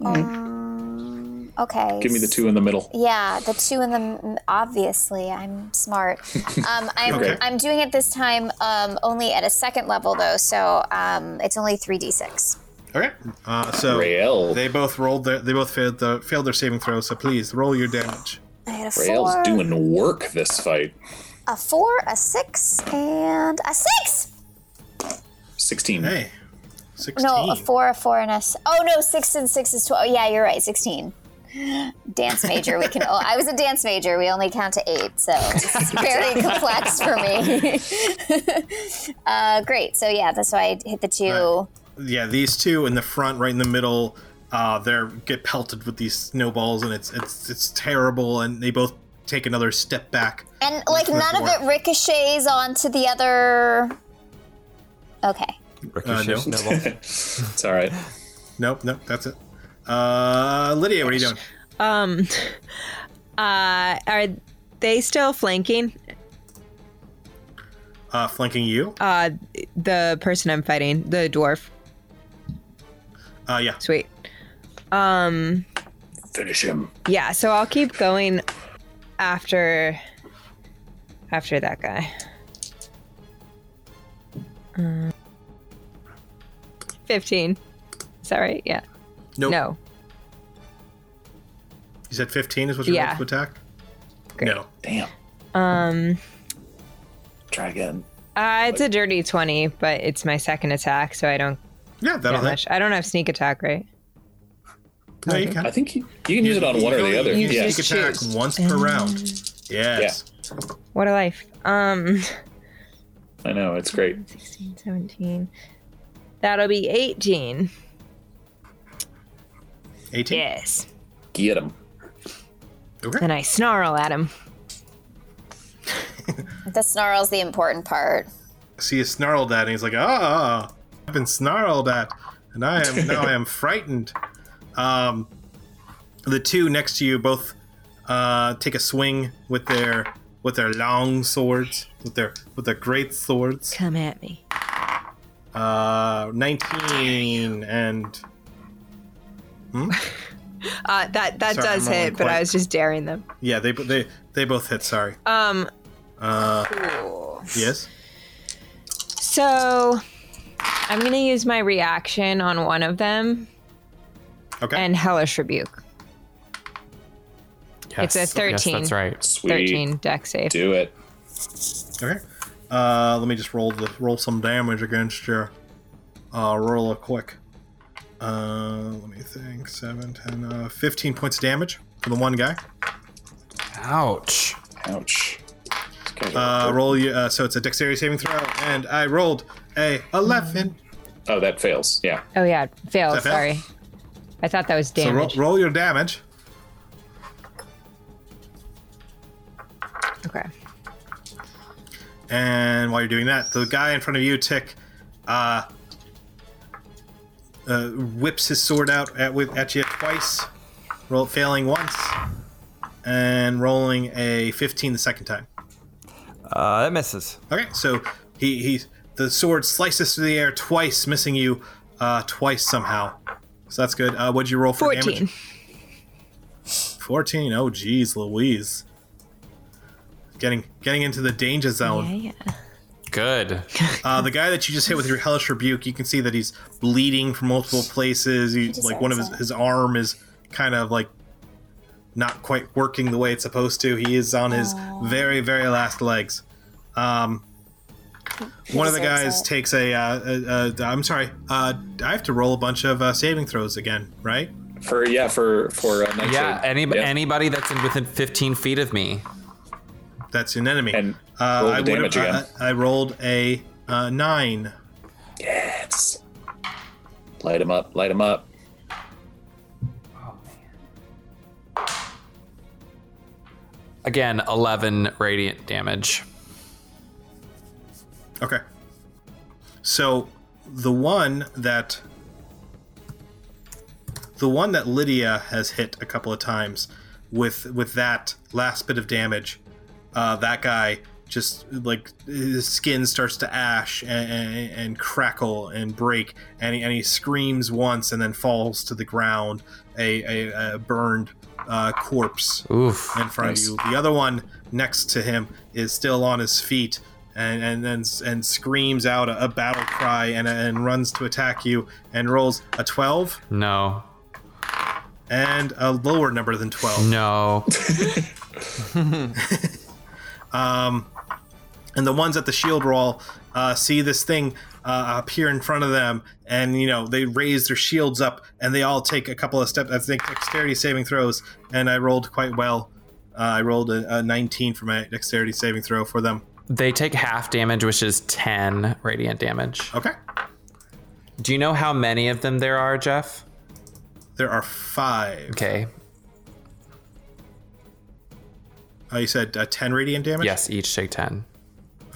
Um, okay.
Give me the two in the middle.
Yeah, the two in the obviously I'm smart. Um, I'm
Okay.
I'm doing it this time um, only at a second level though, so um, it's only three d six.
Okay. Uh, so
Rael.
they both rolled. Their, they both failed the failed their saving throw. So please roll your damage.
I had a
Rael's
four,
doing work this fight.
a four, a six, and a six.
16.
Hey, sixteen.
No, a four, a four, and a. s- Oh no, six and six is twelve. Yeah, you're right, sixteen. Dance major, we can. Oh, I was a dance major. We only count to eight, so it's very complex for me. uh, great. So yeah, that's why I hit the two.
Yeah, these two in the front, right in the middle. Uh, they're get pelted with these snowballs, and it's it's it's terrible. And they both take another step back.
And like
with
none of
four.
it ricochets onto the other. Okay.
Ricochet
Uh, no.
snowball.
it's all right.
Nope, nope, that's it. Uh, Lydia, what are you doing?
Um, uh, are they still flanking
Uh, flanking you?
uh, the person I'm fighting, the dwarf?
Uh, yeah.
Sweet. Um,
Finish him.
yeah. So I'll keep going after after that guy. Um, Fifteen. Is that right? Yeah.
Nope.
No.
You said fifteen is what you
Yeah.
rolled to attack.
Great.
No.
Damn.
Um.
Try again.
Uh, it's a dirty twenty, but it's my second attack, so I don't
Yeah, that'll hit.
get much. I don't have sneak attack, right?
No, you can.
I think you, you can use it on
You
one or
can
the
only
other.
use
Yeah.
just
sneak attack
choose.
once per round. Yes.
What a life. Um.
I know. It's great.
16, 17. That'll be 18.
18.
Yes.
Get him.
Okay.
And I snarl at him.
The snarl's the important part.
So you snarled at, and he's like, "Ah, I've been snarled at, and I am now I am frightened." Um, the two next to you both uh, take a swing with their with their long swords, with their with their great swords.
Come at me.
Uh, Nineteen and
Uh, that
Sorry,
that does
I'm rolling
hit, but
quite-
I was just daring them.
yeah, they they they both hit. Sorry.
Um.
Uh,
cool.
yes.
So I'm gonna use my reaction on one of them
Okay.
and Hellish Rebuke. It's a
Yes, Yes,
13.
that's right.
Sweet.
13 deck save.
Do it.
okay. Uh, let me just roll the roll some damage against your uh, roll a quick. Uh, let me think. 7, 10, uh, 15 points of damage for the one guy.
Ouch.
Ouch. These guys are-
Uh, roll you. Uh, so it's a dexterity saving throw, and I rolled a 11.
oh, that fails. Yeah.
Oh yeah, fail.
Does that fail?
Sorry, I thought that was
So roll,
damage.
roll your damage.
okay.
And while you're doing that, the guy in front of you, Tick, uh, uh, whips his sword out at, with, at you twice, roll, failing once, and rolling a 15 the second time.
Uh, that misses.
Okay, so he, he the sword slices through the air twice, missing you uh, twice somehow. So that's good. Uh, what'd you roll for
14.
damage? 14. Oh, geez, Louise. Getting getting into the danger zone.
Yeah, yeah.
Good.
Uh, the guy that you just hit with your hellish rebuke, you can see that he's bleeding from multiple places. He, like one of his, his arm is kind of like not quite working the way it's supposed to. He is on his very very last legs. Um, one of the
deserves
guys
it.
takes a. Uh, a, a I'm sorry. Uh, I have to roll a bunch of uh, saving throws again, right?
For yeah, for for uh, nightshade.
Yeah, any,
Yeah.
anybody that's in within 15 feet of me.
That's an enemy.
And
uh,
roll
I
the
would've-
damage again.
I, I rolled a uh, nine.
Yes. Light him up. Light him up.
Again, 11 radiant damage.
Okay. So the one that the one that Lydia has hit a couple of times with with that last bit of damage, uh, that guy just like his skin starts to ash and, and, and crackle and break, and he, and he screams once and then falls to the ground, a, a, a burned uh, corpse
Oof.
in front
Nice.
of you. The other one next to him is still on his feet and and and, and screams out a, a battle cry and and runs to attack you and rolls a 12
No.
and a lower number than 12.
No.
and the ones at the shield wall uh, see this thing uh, appear in front of them, and you know they raise their shields up, and they all take a couple of steps. I think dexterity saving throws, and I rolled quite well. Uh, I rolled a, a 19 for my dexterity saving throw for them.
They take half damage, which is 10 radiant damage.
Okay,
Do you know how many of them there are, Jeff?
there are five.
Okay.
Uh, you said uh, 10 radiant damage?
Yes, each take 10.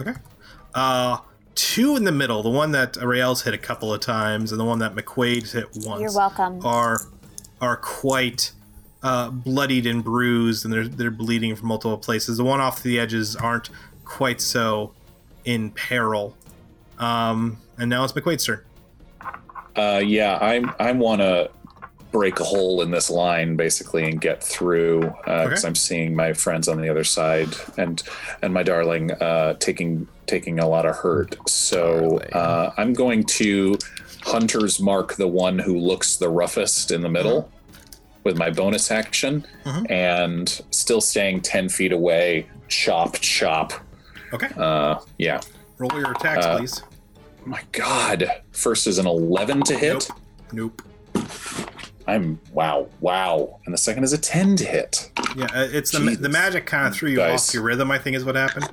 Okay. Uh, two in the middle, the one that Rael's hit a couple of times and the one that McQuaid's hit once.
You're welcome.
Are are quite uh, bloodied and bruised and they're, they're bleeding from multiple places. The one off the edges aren't quite so in peril. Um, and now it's McQuaid's turn.
Uh, yeah, I'm I want to break a hole in this line basically and get through because
Okay.
I'm seeing my friends on the other side and and my darling uh, taking taking a lot of hurt. So uh, I'm going to hunter's mark the one who looks the roughest in the middle. With my bonus action
Mhm.
and still staying 10 feet away, chop, chop.
Okay.
Uh, yeah.
Roll your attacks,
Uh,
please.
My God. First is an 11 to hit.
Nope. Nope.
I'm wow, wow. And the second is a 10 to hit.
Yeah, uh, it's the, ma- the
Jesus.
magic kind of threw you
Dice.
off your rhythm, I think is what happened.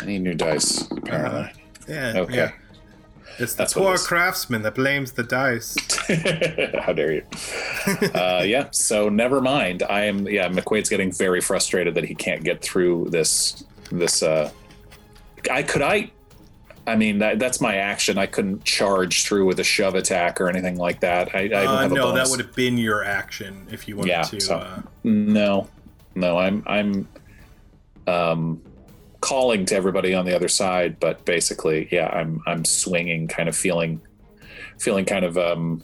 I need new dice, apparently.
Yeah.
Okay.
Yeah. It's the
That's what it
poor
is.
craftsman that blames the dice.
How dare you? uh, yeah, so never mind. I am, yeah, McQuaid's getting very frustrated that he can't get through this, this, uh, I could, I, I mean, that, that's my action. I couldn't charge through with a shove attack or anything like that. I, I don't
Uh,
have a
no,
bonus.
that would have been your action if you wanted
Yeah,
to.
so-
Uh,
No, no, I'm I'm um, calling to everybody on the other side, but basically, yeah, I'm I'm swinging, kind of feeling, feeling kind of um,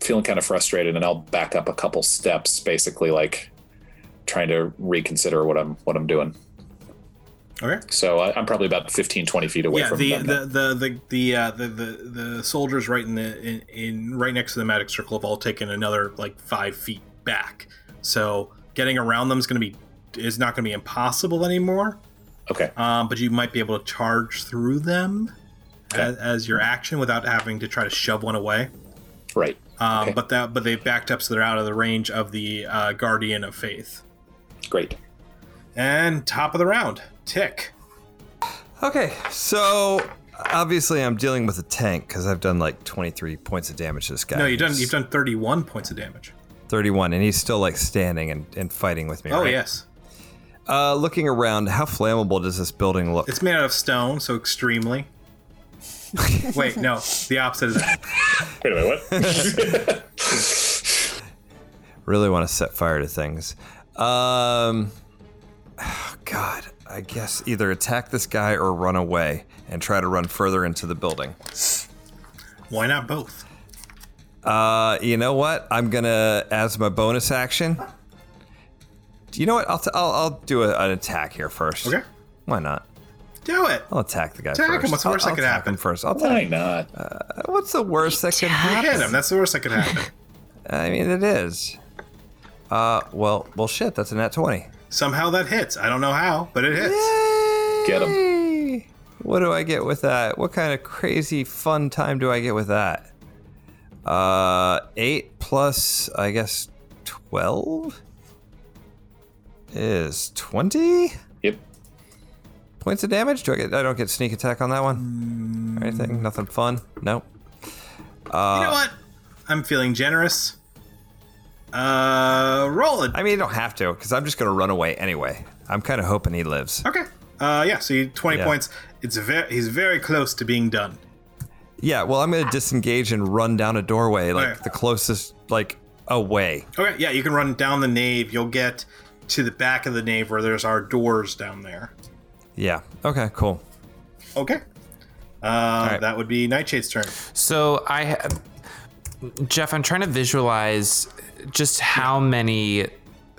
feeling kind of frustrated, and I'll back up a couple steps, basically, like trying to reconsider what I'm what I'm doing.
Okay.
So I, I'm probably about 15, 20 feet away
Yeah,
from
the
them.
the the the the, uh, the the the soldiers right in the in, in right next to the magic circle have all taken another like five feet back. So getting around them is going to be is not going to be impossible anymore.
okay.
Um, but you might be able to charge through them
Okay.
as, as your action without having to try to shove one away.
Right.
Um,
Okay.
But that but they've backed up so they're out of the range of the uh, guardian of faith.
Great.
And top of the round, tick.
Okay, so obviously I'm dealing with a tank because I've done like 23 points of damage to this guy.
No, you've done
He's
you've done thirty one points of damage.
31, and he's still like standing and, and fighting with me.
Oh
right?
yes,
Uh, looking around, how flammable does this building look?
it's made out of stone, so extremely. Wait, no, the opposite of that.
Wait a minute. What?
really want to set fire to things. Um, oh God, I guess either attack this guy or run away and try to run further into the building.
Why not both?
Uh, you know what? I'm gonna as my bonus action. Do You know what? I'll t- I'll, I'll do a, an attack here first.
Okay.
Why not?
Do it.
I'll attack the guy
Attack him.
first.
What's the worst
I'll,
that could
I'll attack
happen?
Him first. I'll attack
Why not?
What's the worst that could happen?
Hit him. That's the worst that could happen.
I mean, it is. Uh, well, well, shit. That's a nat twenty.
Somehow that hits. I don't know how, but it hits.
Get 'em.
Yay! What do I get with that? What kind of crazy fun time do I get with that? Uh, eight plus, I guess, twelve is twenty
Yep.
points of damage. Do I get? I don't get sneak attack on that one. Or
Mm.
anything? Nothing fun. Nope.
you know what? I'm feeling generous. Uh, roll it.
I mean, you don't have to because I'm just gonna run away anyway. I'm kind of hoping he lives.
Okay. Uh, yeah. So you 20
Yeah.
points. It's very. He's very close to being done.
Yeah. Well, I'm gonna disengage and run down a doorway, like
Okay.
the closest, like away.
Okay. Yeah. You can run down the nave. You'll get to the back of the nave where there's our doors down there.
Yeah. Okay. Cool.
Okay. Uh,
right.
That would be Nightshade's turn.
So I, ha- Jeff, I'm trying to visualize just how many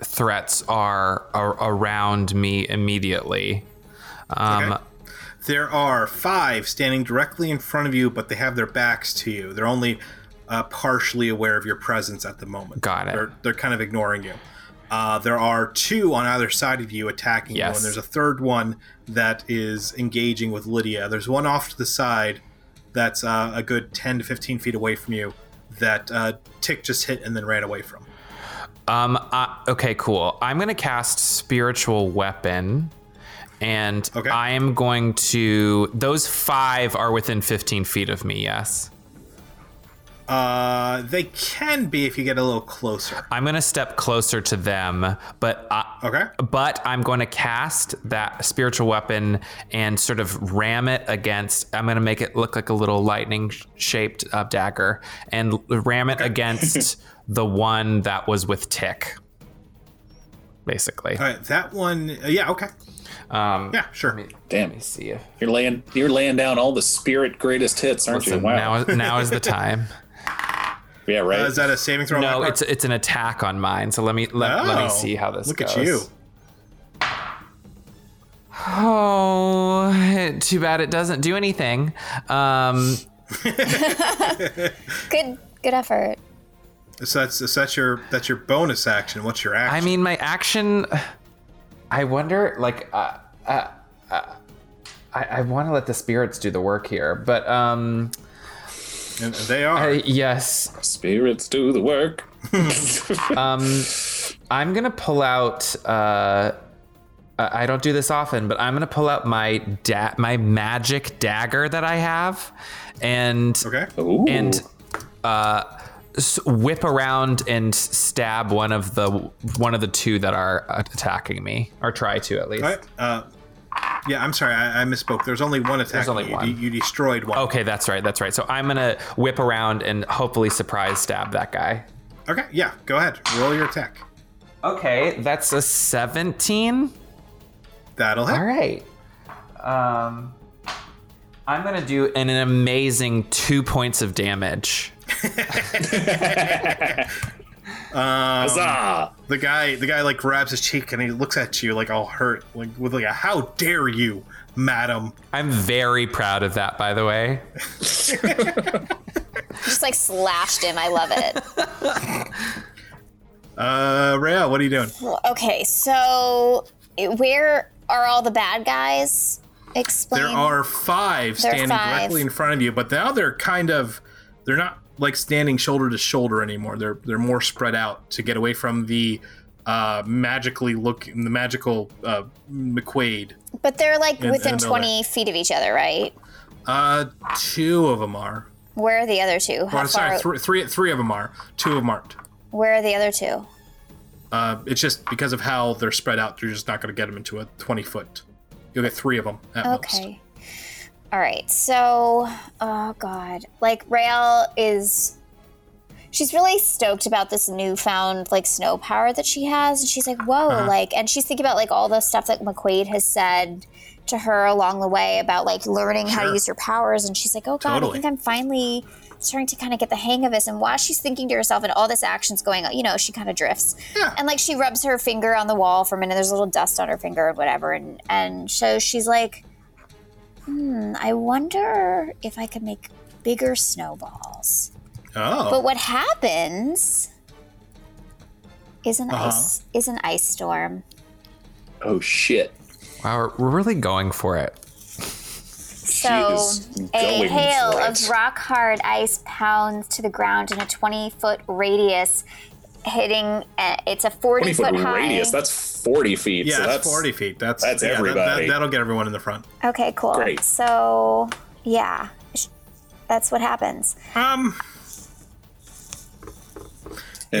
threats are, are around me immediately. Um,
Okay. There are five standing directly in front of you, but they have their backs to you. They're only uh, partially aware of your presence at the moment.
Got it.
They're, they're kind of ignoring you. Uh, there are two on either side of you attacking you,
Yes.
and there's a third one that is engaging with Lydia. There's one off to the side that's uh, a good 10 to 15 feet away from you that uh, Tick just hit and then ran away from.
Um. I, okay. Cool. I'm gonna cast spiritual weapon, and
Okay.
I am going to. Those five are within 15 feet of me. Yes.
Uh, they can be if you get a little closer.
I'm gonna step closer to them, but I,
Okay.
but I'm going to cast that spiritual weapon and sort of ram it against. I'm going to make it look like a little lightning sh- shaped uh, dagger and l- ram it against the one that was with Tick, basically.
All right. That one. uh, yeah. Okay.
Um,
Yeah. Sure.
Damn.
Let me see if.
You're laying you're laying down all the spirit greatest hits, aren't
Listen,
you? Wow.
now, now is the time.
yeah, right.
Uh, is that a saving throw? on
No,
my part?
it's it's an attack on mine. So let me let, let
Oh,
me see how this
Look
goes.
at you.
Oh, too bad it doesn't do anything. Um,
Good, good effort.
So that's so that's your that's your bonus action. What's your action?
I mean, my action. I wonder, like, uh, uh, uh, I, I want to let the spirits do the work here, but um,
and, and they are.
I- yes,
Spirits do the work.
um, I'm gonna pull out. Uh, I I don't do this often, but I'm gonna pull out my da- my magic dagger that I have, and
okay.
Ooh.
and uh, s- whip around and stab one of the one of the two that are attacking me, or try to at least.
All right. Uh, yeah, I'm sorry, I, I misspoke. There's only one attack.
There's only
you,
one. Oh.
You, destroyed one.
Okay, that's right. That's right. So I'm gonna whip around and hopefully surprise stab that guy.
Okay. Yeah. Go ahead. Roll your attack.
Okay, that's a 17.
That'll hit.
All right. Um, I'm gonna do an, an amazing two points of damage.
um,
Huzzah!
The guy, the guy, like grabs his cheek and he looks at you like all hurt, like with like a "How dare you, madam!"
I'm very proud of that, by the way.
Just like slashed him. I love it.
Uh, Rhea, what are you doing?
Okay, so it- where are all the bad guys? Explain.
There are five
There are
standing
five.
directly in front of you, but now they're kind of they're not like standing shoulder to shoulder anymore. They're they're more spread out to get away from the uh magically look the magical uh McQuaid.
but they're like
in-
within
in the
20 feet of each other, right?
Uh two of them are.
Where are the other two? How
Or, sorry,
far?
three, three three of them are. Two of them aren't.
where are the other two?
Uh it's just because of how they're spread out, you're just not going to get them into a 20 foot. You'll get 3 of them at most.
Okay. All right. So, oh god, like Rael is, she's really stoked about this newfound like snow power that she has, and she's like, whoa,
Uh-huh.
like, and she's thinking about like all the stuff that McQuaid has said to her along the way about like learning how to
Sure.
use her powers, and she's like, oh god,
Totally.
I think I'm finally starting to kind of get the hang of this. And while she's thinking to herself, and all this action's going on, you know, she kind of drifts.
Yeah.
And like she rubs her finger on the wall for a minute. There's a little dust on her finger or whatever, and and so she's like, hmm, I wonder if I could make bigger snowballs.
Oh.
But what happens is an
Uh-huh.
ice is an ice storm.
Oh shit.
Wow, we're- we're really going for it.
So
is
a
going
hail
for
of
it.
rock hard ice pounds to the ground in a 20 foot radius, hitting. Uh, it's a
20
40
foot
foot high.
radius. That's 40 feet.
yeah,
so
that's,
that's
40 feet. That's
that's
yeah, that-
everybody.
That, that'll get everyone in the front.
Okay, cool.
Great.
So, yeah, sh- that's what happens.
Um
and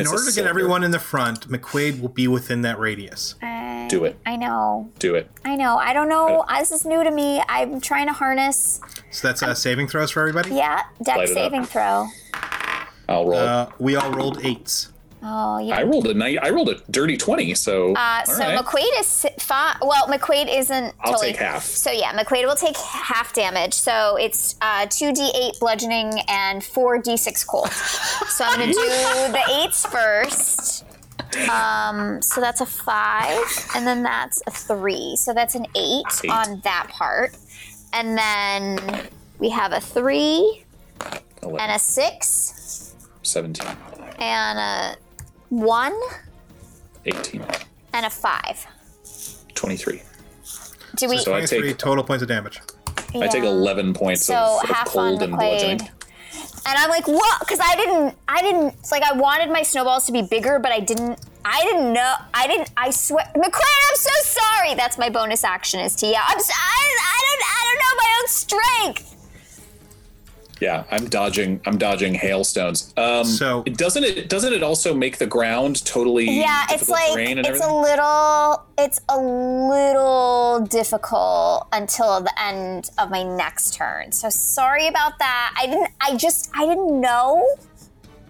In
it's a
order to get
cylinder.
everyone in the front, McQuaid will be within that radius.
I-
Do it.
I know.
do it.
I know. I don't know. uh, This is new to me. I'm trying to harness.
So that's uh, saving throws for everybody.
Yeah, deck
Light it up.
saving throw.
I'll roll.
Uh, we all rolled eights.
Oh, yeah.
I rolled a night. I rolled a dirty 20. So
Uh,
all
so
right.
McQuaid is si- fi- well. McQuaid isn't.
I'll
totally-
take half.
So yeah, McQuaid will take half damage. So it's uh, two d eight bludgeoning and four d six cold. so I'm gonna do the eights first. Um, so that's a five, and then that's a three. So that's an eight,
Eight.
on that part, and then we have a three and
11,
a six
17,
and a one
18,
and a five.
23.
Do we?
So I
Twenty-three
take
total points of damage.
I take
Yeah.
11 points
So
of, of
half on
cold and bludgeoning.
McQuaid. and I'm like, what? Because I didn't, I didn't it's like. I wanted my snowballs to be bigger, but I didn't. I didn't know. I didn't. I swear, McQuaid, I'm so sorry. That's my bonus action is to yell. I'm. So, I, I don't. I don't know my own strength.
Yeah, I'm dodging. I'm dodging hailstones. Um,
So-
it doesn't it doesn't it also make the ground totally
Yeah, it's
difficult
like
terrain and
it's a
everything?
little. It's a little difficult until the end of my next turn. So sorry about that. I didn't. I just. I didn't know.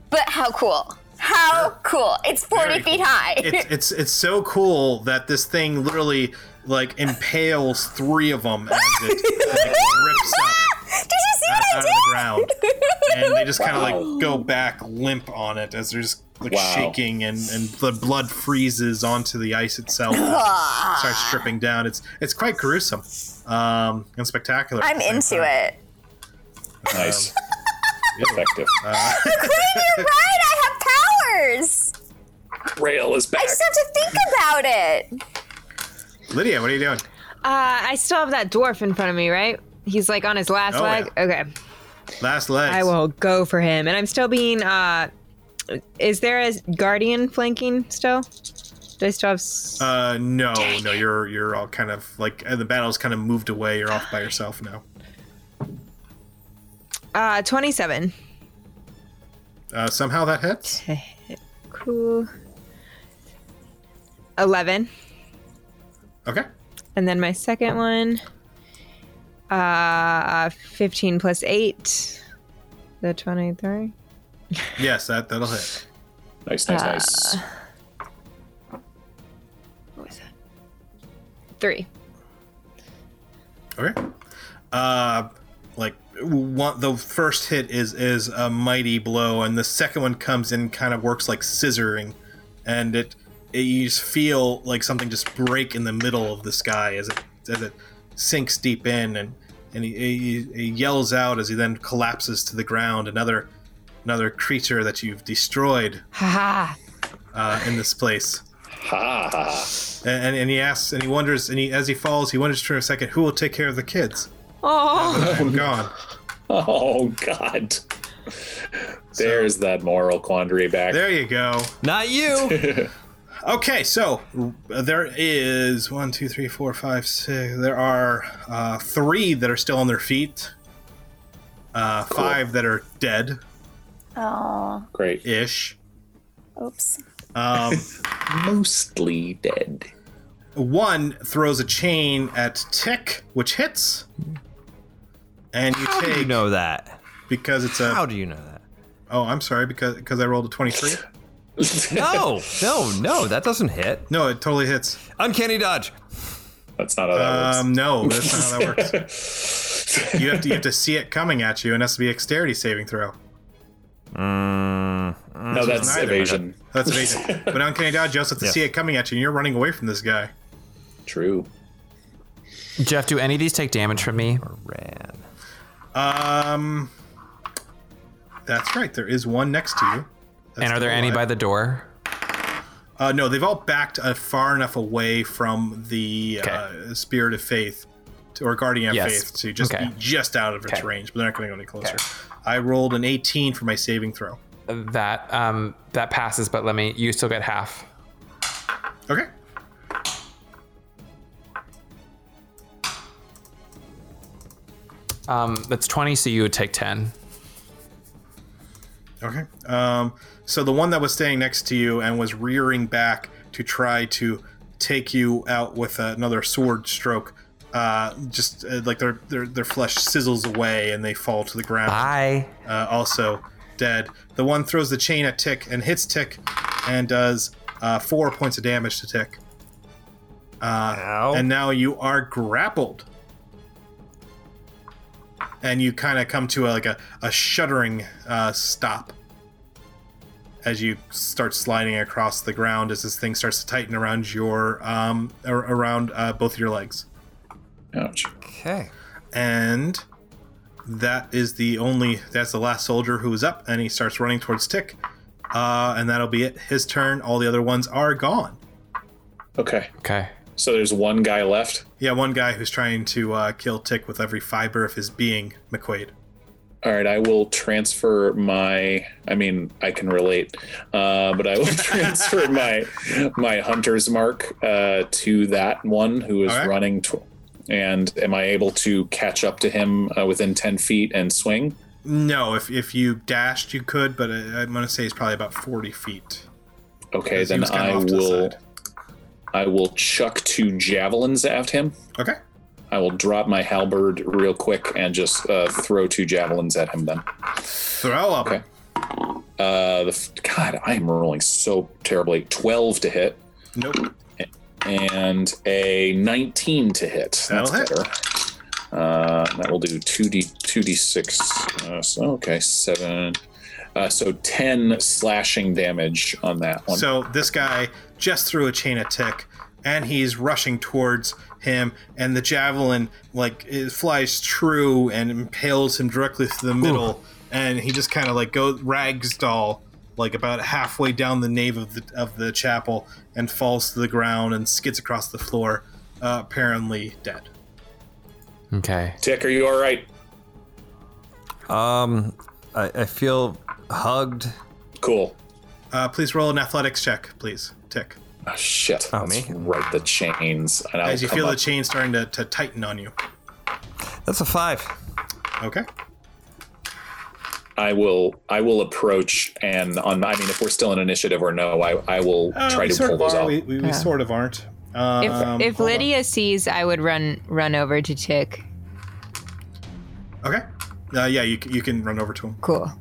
But how cool. How cool. It's 40
Very
feet
cool.
high.
It's it's it's so cool that this thing literally like impales three of them as it, as it rips up
Ah! Did you see
out,
what I
out of
did?
the ground, and they just kind of
Wow.
like go back limp on it as they're just like
Wow.
shaking, and and the blood freezes onto the ice itself, and starts stripping down. It's it's quite gruesome, um, and spectacular. at
I'm
the same
into
time.
it.
nice,
Um,
effective.
uh,
You're right, I have powers.
Rail is
I
back.
just have to think about it.
Lydia, what are you doing?
Uh, I still have that dwarf in front of me, right? He's like on his last
Oh,
leg.
yeah.
Okay,
Last legs.
I will go for him, and I'm still being. uh Is there a guardian flanking still? Do I still have? s-
Uh, no, no, you're you're all kind of like uh, the battle's kind of moved away. You're off by yourself now.
Uh, twenty-seven.
Uh, somehow that hits.
Cool. Eleven,
Okay.
and then my second one. Uh, fifteen plus eight. The twenty-three.
Yes, that that'll hit.
Nice, nice, nice.
What was that? Three.
Okay. Uh, like one, the first hit is is a mighty blow, and the second one comes in, kind of works like scissoring, and it it, you just feel like something just break in the middle of the sky as it as it sinks deep in, and and he, he, he yells out as he then collapses to the ground. Another another creature that you've destroyed
Ha
uh, in this place.
Ha ha.
And, and, and he asks, and he wonders, and he, as he falls, he wonders for a second, who will take care of the kids?
Oh,
I'm gone.
Oh God. There's that moral quandary back.
There you go.
Not you.
Okay, so uh, there is one, two, three, four, five, six. There are uh, three that are still on their feet, uh, five that are dead
Oh,
Great.
ish.
oops.
Um,
Mostly dead.
one throws a chain at Tick, which hits. And you
How
take
do you know that?
because it's a
How do you know that?
oh I'm sorry because because I rolled a 23.
No, no, no. That doesn't hit.
No, it totally hits.
Uncanny dodge.
That's not how that
Um, no, that's not how that works.
works.
You have to you have to see it coming at you, and it has to be a dexterity saving throw.
Mm, mm.
no, that's
neither,
evasion.
That's amazing. but uncanny dodge, you also have to
Yeah.
see it coming at you, and you're running away from this guy.
True.
Jeff, do any of these take damage from me?
Ran.
Um, that's right. There is one next to you. That's
and are there
still
any by
alive.
the door?
Uh, no, they've all backed uh, far enough away from the
Okay.
uh, spirit of faith to, or guardian of
Yes.
faith to just
Okay.
be just out of its
Okay.
range, but they're not going to go any closer. I rolled an 18 for my saving throw.
That um that passes, but let me. You still get half.
Okay.
Um, that's twenty, so you would take ten.
Okay. Um, so the one that was staying next to you and was rearing back to try to take you out with another sword stroke, uh, just uh, like their, their their flesh sizzles away and they fall to the ground.
Bye.
Uh, also dead. The one throws the chain at Tick and hits Tick, and does uh, four points of damage to Tick. Uh,
Ow.
and now you are grappled. And you kind of come to a, like a, a shuddering uh, stop as you start sliding across the ground as this thing starts to tighten around your um, ar- around uh, both your legs.
Ouch.
okay.
And that is the only that's the last soldier who is up, and he starts running towards Tick. Uh, and that'll be it. His turn. All the other ones are gone.
Okay.
Okay.
So there's one guy left.
Yeah, one guy who's trying to uh, kill Tick with every fiber of his being, McQuaid.
All right, I will transfer my. I mean, I can relate, uh, but I will transfer my my hunter's mark uh, to that one who is
All right.
running. Tw- and am I able to catch up to him uh, within ten feet and swing?
No, if if you dashed, you could, but I, I'm gonna say it's probably about forty feet.
Okay,
Because he
then
was kinda
I
off to the
will.
side.
I will chuck two javelins at him.
Okay.
I will drop my halberd real quick and just uh, throw two javelins at him. Then,
Throw up.
Okay. uh, the f- God, I am rolling so terribly. Twelve to hit.
Nope.
and a 19 to hit.
That'll
That's
hit.
better. Uh, that will do 2d 2d6. Uh, so okay, seven. Uh, so 10 slashing damage on that one.
So this guy just threw a chain at Tick, and he's rushing towards him, and the javelin like it flies true and impales him directly through the middle, and he just kind of like goes ragdoll like about halfway down the nave of the of the chapel and falls to the ground and skids across the floor, uh, apparently dead.
Okay.
Tick, are you all right?
Um, I, I feel hugged.
Cool.
Uh, please roll an athletics check, please. Tick.
Oh, shit.
Oh,
Let's
me?
right the chains. And I'll
As you
come
feel the
up.
chain starting to, to tighten on you.
That's a five.
Okay.
I will I will approach and on I mean if we're still in initiative or no, I, I will try to pull those off.
Oh, We, we, sort of aren't. Um,
if if Lydia sees, I would run run over to Tick.
Okay. Uh, yeah, you, c- you can run over to him.
Cool.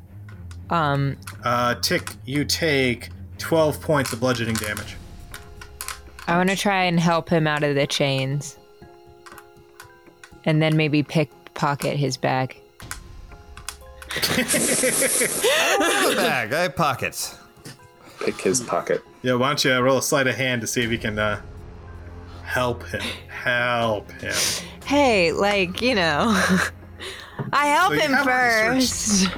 Um,
Uh, Tick, you take 12 points of bludgeoning damage.
I want to try and help him out of the chains, and then maybe pickpocket his bag.
Put it back. I have pockets.
pick his pocket.
Yeah, why don't you roll a sleight of hand to see if you can uh, help him? Help him.
Hey, like, you know, I help
So you
him
have already
first.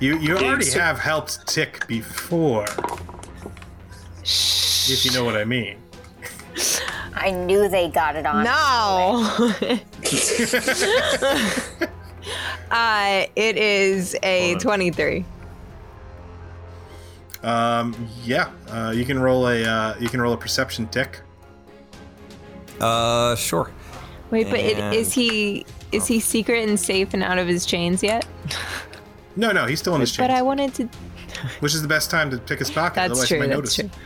You you already
so-
have helped Tick before, if you know what I mean.
I knew they got it on.
No. uh, it is a
Hold on.
23.
Um, yeah, uh, you can roll a uh, you can roll a perception tick.
Uh, sure.
Wait, but it,
And-
is he is he secret and safe and out of his chains yet?
No, no, he's still in his chains,
But I wanted to.
which is the best time to pick his pocket.
That's
otherwise, you
true.
might
That's
notice.
true.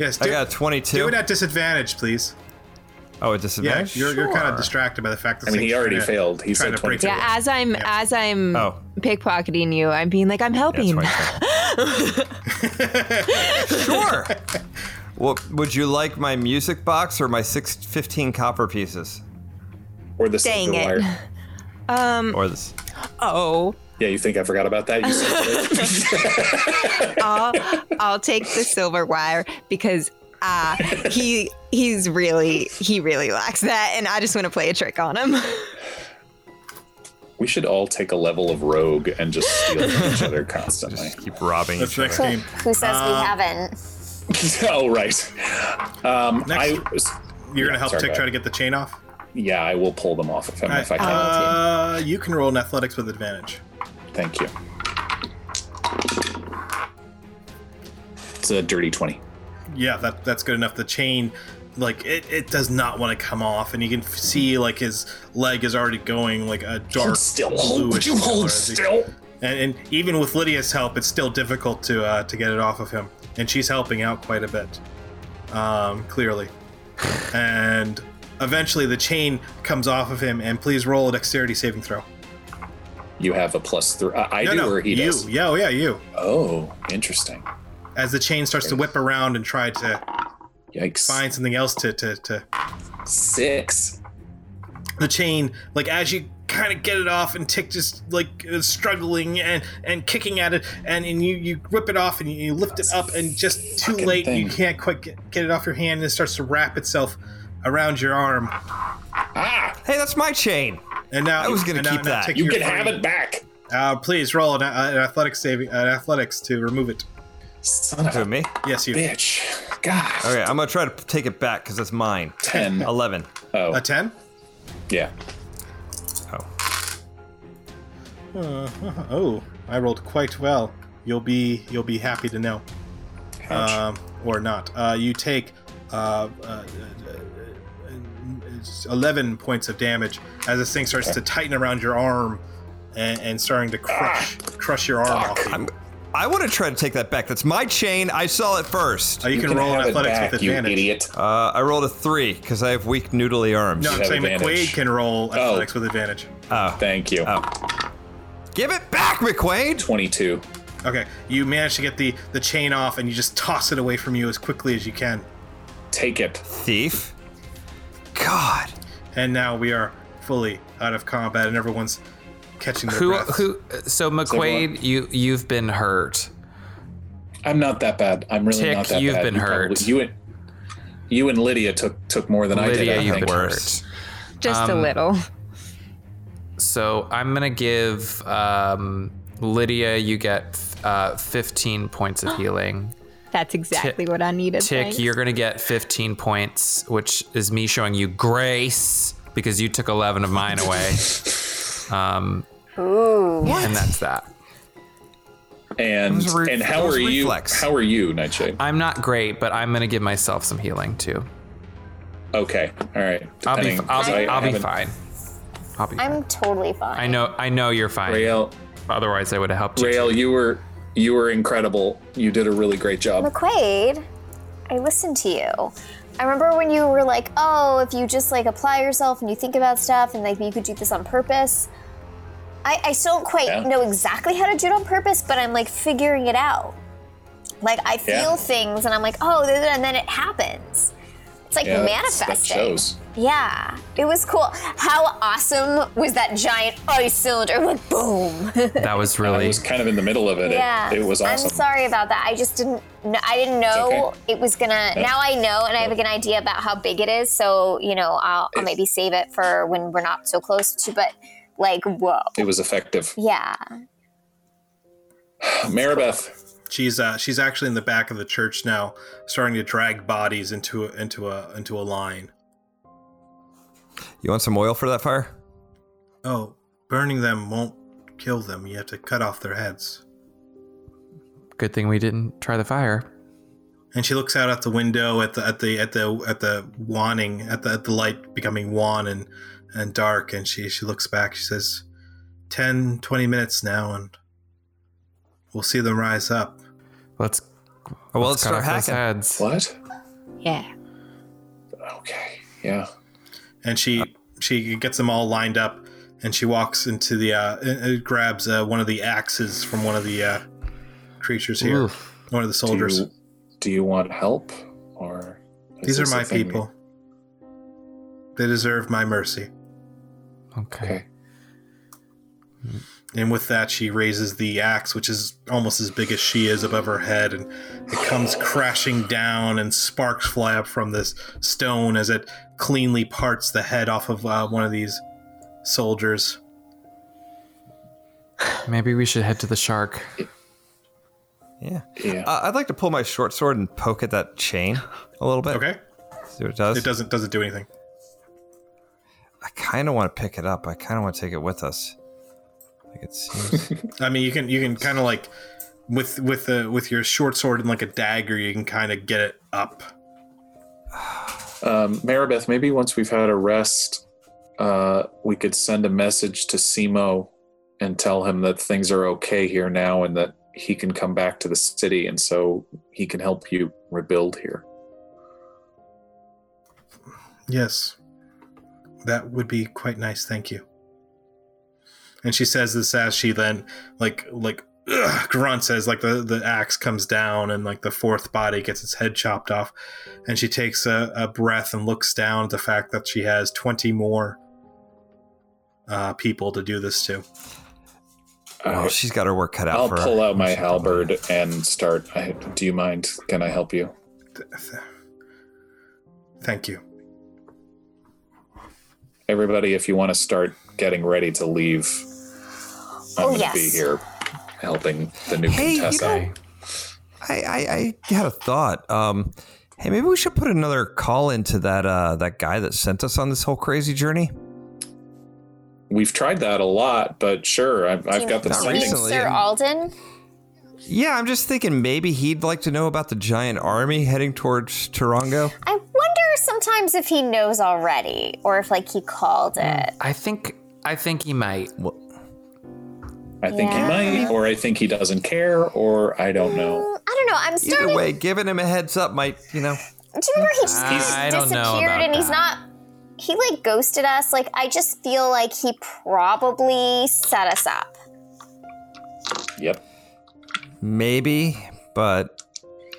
Yes, do,
I got a
do
22.
it at disadvantage, please.
oh, a
Yeah,
disadvantage?
you're, you're kind
Sure.
of distracted by the fact that
I mean, he
Satan's
already
trying to-
failed. He
trying
said
to break
22.
it.
Yeah, as I'm as I'm
Oh.
pickpocketing you, I'm being like I'm helping.
Yeah, it's 22. sure. Well, would you like my music box or my six fifteen copper pieces?
Or the
Dang
silver
it.
wire.
or this?
oh,
Yeah, you think I forgot about that? You said
I'll I'll take the silver wire because uh he he's really he really lacks that, and I just want to play a trick on him.
we should all take a level of rogue and just steal from each other constantly.
Keep robbing
That's
each
next
other.
game.
Who says we haven't?
oh right. Um,
Next.
I was-
You're gonna
Yeah,
help
sorry,
Tick
go
try
ahead.
to get the chain off.
yeah, I will pull them off of him if I can.
Uh, you can roll an athletics with advantage.
Thank you. It's a dirty twenty.
yeah, that that's good enough. The chain, like it, it does not want to come off, and you can f- see like his leg is already going like a dark bluish color as he- And, and even with Lydia's help, it's still difficult to uh, to get it off of him, and she's helping out quite a bit, um, clearly. And eventually, the chain comes off of him, and please roll a dexterity saving throw.
You have a plus three. I, I
no,
do,
no,
or he
you,
does.
yeah, oh yeah, you.
Oh, interesting.
As the chain starts to whip around and try to
Yikes.
find something else to to, to
Six.
the chain like as you kind of get it off and tick just like is struggling and and kicking at it and, and you you rip it off and you lift it up and just too
Fucking
late
thing.
you can't quite get, get it off your hand and it starts to wrap itself around your arm
Ah,
Hey, that's my chain.
and now
I was gonna
and now-
keep
now
that.
Tick,
you
you're
can have
free.
it back.
uh, please roll an, an athletics saving an athletics to remove it
Son of
Who,
a
me?
yes you
bitch. God.
Okay, I'm gonna try to take it back because that's mine.
Ten.
11.
Oh,
a 10
yeah.
Oh.
uh, oh i rolled quite well you'll be you'll be happy to know
Ouch.
um, or not. Uh, you take uh, uh, uh, uh, 11 points of damage as this thing starts to tighten around your arm and, and starting to crush crush your arm off. You.
I'm, I want to try to take that back. That's my chain. I saw it first.
Uh, you,
You
can, roll
have
an
it
athletics
back,
with
you
advantage.
idiot.
Ah.
Uh, I rolled a three because I have weak noodly arms.
No, I'm
have
saying
advantage. Oh.
McQuaid can roll athletics with advantage.
Thank you.
Ah.
Give it back, McQuaid.
Twenty-two.
Okay, you manage to get the, the chain off and you just toss it away from you as quickly as you can.
Take it.
Thief. God.
And now we are fully out of combat and everyone's catching their
Who
breaths.
who? So
everyone-
McQuaid, you you've been hurt.
I'm not that bad. I'm really
Tick,
not that
you've
bad.
been
You probably-
hurt.
you and you and Lydia took took more than I
Lydia,
did. I
you've
think.
been
Worse.
hurt.
Just a
Um,
little.
So I'm gonna give um, Lydia. You get uh, 15 points of healing.
That's exactly what I needed.
Tick,
thanks.
you're gonna get 15 points, which is me showing you grace because you took 11 of mine away. Um, And that's that.
And
Those re-
and how
those
are you?
reflex.
How are you, Nightshade?
I'm not great, but I'm gonna give myself some healing too.
Okay. All right.
I'll be,
Depending-
I'll
'cause I
be, I'll be
haven't-
fine. I'll be. Fine.
I'm totally fine.
I know, I know you're fine.
Rael,
Otherwise, I would have helped you.
Rael, you were you were incredible. You did a really great job.
McQuaid, I listened to you. I remember when you were like, oh, if you just like apply yourself and you think about stuff and like you could do this on purpose. I, I still don't quite
Yeah.
know exactly how to do it on purpose, but I'm like figuring it out. Like I feel
Yeah.
things and I'm like, oh, and then it happens. It's like
Yeah, that's-
manifesting.
that shows.
Yeah, it was cool. How awesome was that giant ice cylinder? Like boom.
That was
I
really
was kind of in the middle of it. It-
yeah,
It, was awesome.
I'm sorry about that. I just didn't. kn- I didn't know
okay.
it was gonna.
Yeah.
Now I know, and I have a good idea about how big it is. So you know, I'll, I'll maybe save it for when we're not so close to. But like, whoa.
It was effective.
Yeah.
Maribeth,
She's uh, she's actually in the back of the church now, starting to drag bodies into a, into a into a line.
You want some oil for that fire?
Oh, burning them won't kill them. You have to cut off their heads.
good thing we didn't try the fire.
And she looks out at the window at the at the at the at the waning at the at the light becoming wan and and dark. And she she looks back. She says, 10, 20 minutes now, and we'll see them rise up."
Let's
Oh, well,
let's
let's
cut
start
off those heads.
hacking.
what?
Yeah.
Okay. Yeah.
and she she gets them all lined up and she walks into the uh and- and grabs uh, one of the axes from one of the uh creatures here
Oof.
one of the
Do
soldiers
you, do you want help or? is
these are
this a
my
thing we-
people they deserve my mercy
Okay.
Okay.
and with that she raises the axe which is almost as big as she is above her head and it comes crashing down and sparks fly up from this stone as it cleanly parts the head off of uh, one of these soldiers
Maybe we should head to the shark.
Yeah.
Yeah.
Uh, I'd like to pull my short sword and poke at that chain a little bit.
okay
See what it does.
it doesn't doesn't do anything
I kind of want to pick it up. I kind of want to take it with us. Like it seems.
I mean, you can you can kind of like with with the with your short sword and like a dagger, you can kind of get it up.
Um, Maribeth, maybe once we've had a rest, uh, we could send a message to Simo and tell him that things are okay here now and that he can come back to the city and so he can help you rebuild here.
Yes, that would be quite nice. Thank you. And she says this as she then like like ugh, grunts as like the the axe comes down and like the fourth body gets its head chopped off, and she takes a, a breath and looks down at the fact that she has twenty more uh, people to do this to.
oh, she's got her work cut out
I'll
for her.
pull out my halberd and start. I, do you mind? Can I help you?
Thank you.
Everybody, if you want to start getting ready to leave, I'm
Oh,
going to
yes.
be here helping the new
Hey, you
contestant.
know- I, I, I had a thought. Um, hey, maybe we should put another call into that uh, that guy that sent us on this whole crazy journey.
We've tried that a lot, but sure, I've,
Do
I've got the
do you
reading.
mean
readings.
Sir Alden?
Yeah, I'm just thinking maybe he'd like to know about the giant army heading towards Tarongo.
I wonder sometimes if he knows already, or if like he called it.
I think I think he might.
I think
Yeah.
he might, or I think he doesn't care, or I don't know.
Mm, I don't know. I'm starting.
Either way, giving him a heads up might, you know.
Do you remember he just, he just
I don't know
disappeared
about
and he's
that.
not? He like ghosted us. Like I just feel like he probably set us up.
Yep.
Maybe, but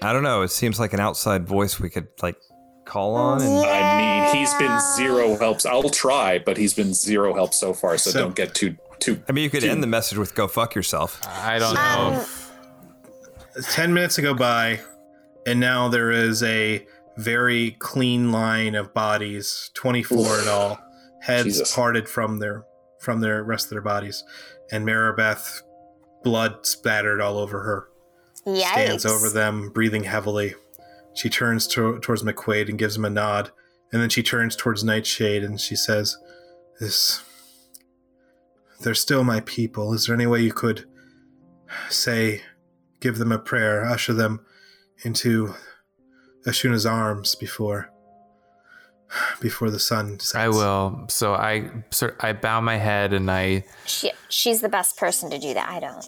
I don't know. It seems like an outside voice we could like call on. And
I mean, he's been zero helps. I'll try, but he's been zero help so far. So,
So-
don't get too too.
I mean, you could end the message with "Go fuck yourself."
I don't know.
Um,
10 minutes go by, and now there is a very clean line of bodies, 24 in all, heads
Jesus.
parted from their from their rest of their bodies, and Maribeth, blood spattered all over her,
yikes.
stands over them, breathing heavily. She turns to, towards McQuaid and gives him a nod, and then she turns towards Nightshade and she says, "This, they're still my people. Is there any way you could say, give them a prayer, usher them into Ashuna's arms before, before the sun sets?"
I will. So I so I bow my head and I
She, she's the best person to do that. I don't.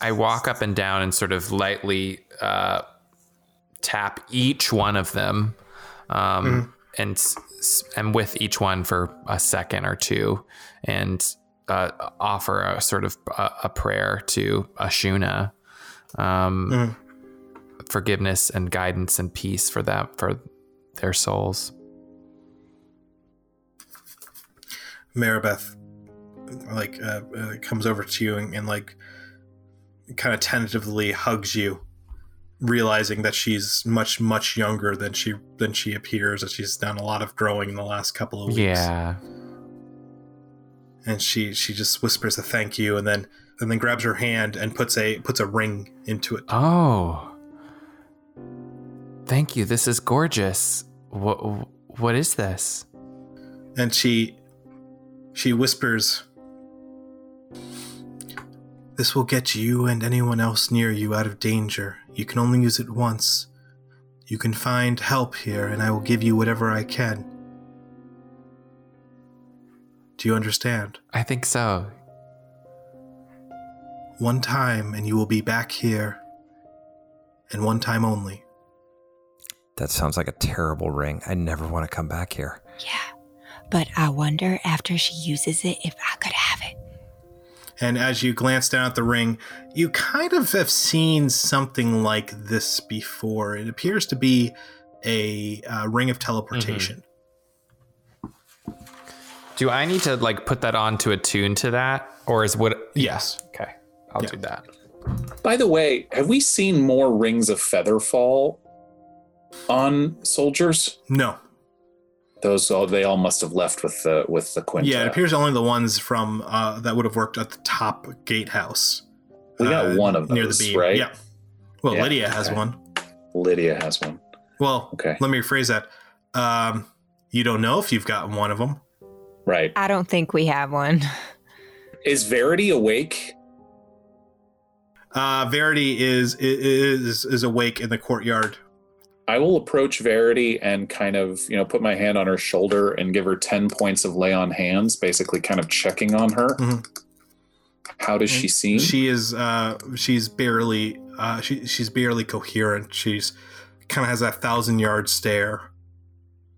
I walk up and down and sort of lightly uh, tap each one of them, um, and s- s- and with each one for a second or two, and uh, offer a sort of a, a prayer to Ashuna,
Mm-hmm.
um, forgiveness and guidance and peace for that for their souls.
Maribeth, like, uh, uh, comes over to you and, and like, kind of tentatively hugs you, realizing that she's much, much younger than she than she appears. That she's done a lot of growing in the last couple of weeks.
Yeah.
and she she just whispers a thank you and then and then grabs her hand and puts a puts a ring into it
Oh. Thank you. This is gorgeous. What what is this?
and she she whispers this will get you and anyone else near you out of danger you can only use it once you can find help here and i will give you whatever i can do you understand
I think so.
one time and you will be back here and one time only
That sounds like a terrible ring. I never want to come back here.
Yeah. But I wonder after she uses it if I could have it.
And as you glance down at the ring, you kind of have seen something like this before. It appears to be a uh, ring of teleportation.
Do I need to like put that on to attune to that or is what
Yes.
Okay. I'll
Yeah.
do that.
By the way, have we seen more rings of feather fall on soldiers?
No.
Those all they all must have left with the with the quintet.
Yeah, it appears only the ones from uh, that would have worked at the top gatehouse.
we got
uh,
one of those,
near the beam.
right?
Yeah. Well,
Yeah,
Lydia has
okay.
one.
Lydia has one.
Well,
Okay.
let me rephrase that. Um, you don't know if you've gotten one of them.
Right.
I don't think we have one.
Is Verity awake?
Uh, Verity is is is awake in the courtyard.
I will approach Verity and kind of, you know, put my hand on her shoulder and give her 10 points of lay on hands, basically kind of checking on her.
Mhm.
How does she seem?
Mm-hmm. she is uh she's barely uh she, she's barely coherent she's kind of has that thousand yard stare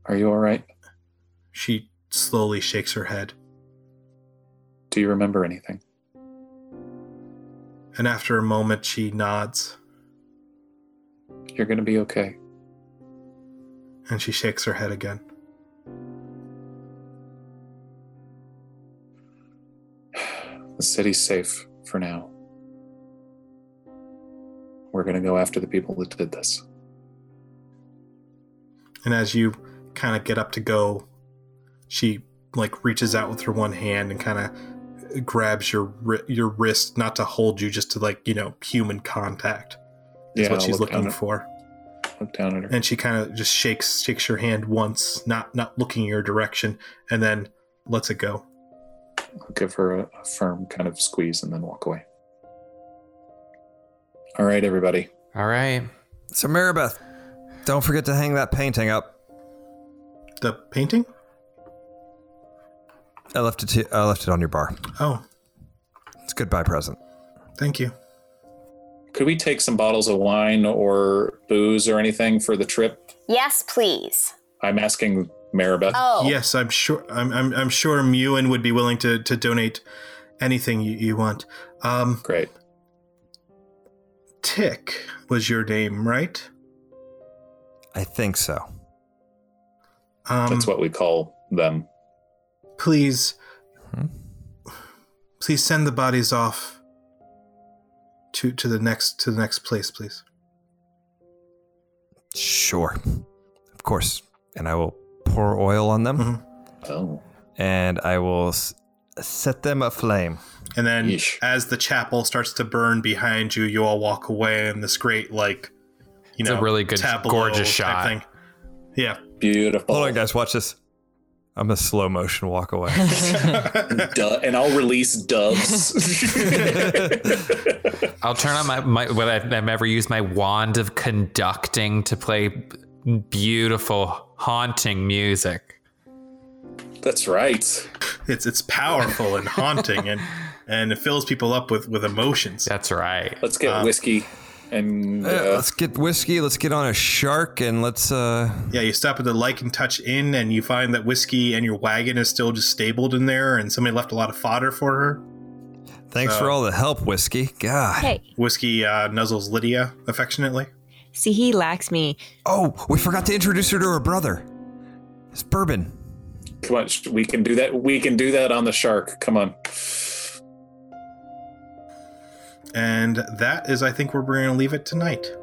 Are you all right?
she slowly shakes her head
Do you remember anything?
and after a moment she nods
You're going to be okay.
and she shakes her head again
The city's safe for now. We're going to go after the people that did this.
and as you kind of get up to go she like reaches out with her one hand and kind of grabs your wri- your wrist not to hold you just to like you know human contact is
Yeah,
what
I'll
she's
look down
looking
at-
for
Look down at her.
and she kind of just shakes shakes your hand once, not not looking your direction, and then lets it go.
I'll give her a, a firm kind of squeeze and then walk away. All right, everybody.
All right.
So, Maribeth, don't forget to hang that painting up.
The painting?
I left it. To, I left it on your bar.
Oh,
It's a goodbye present.
thank you.
Could we take some bottles of wine or booze or anything for the trip?
Yes, please.
I'm asking Maribeth.
Oh,
Yes, I'm sure. I'm, I'm I'm sure Mewin would be willing to to donate anything you, you want. Um,
Great.
Tick was your name, right?
I think so.
Um,
That's what we call them.
Please,
Hmm?
please send the bodies off to to the next to the next place, please.
Sure, of course. And I will pour oil on them,
Mhm.
Oh.
and I will s- set them aflame.
And then
Yeesh.
as the chapel starts to burn behind you, you all walk away in this great like you
It's a
know
really good,
tableau
gorgeous
type
shot.
Yeah.
Beautiful.
Hold on, guys. Watch this. I'm gonna slow motion walk away. Uh,
Du- and I'll release doves.
I'll turn on my, my what I've, I've ever used my wand of conducting to play b- beautiful, haunting music.
That's right.
It's it's powerful and haunting and and it fills people up with with emotions.
That's right.
Let's get whiskey and
Uh,
uh,
let's get whiskey. Let's get on a shark, and let's. uh
Yeah, you stop at the Like and Touch Inn and you find that whiskey and your wagon is still just stabled in there and somebody left a lot of fodder for her.
Thanks
So-
for all the help, whiskey. God.
Hey,
Whiskey uh, nuzzles Lydia affectionately.
See, he lacks me.
Oh, we forgot to introduce her to her brother. It's Bourbon.
Come on, sh- we can do that. We can do that on the shark. Come on.
And that is, I think, where we're going to leave it tonight.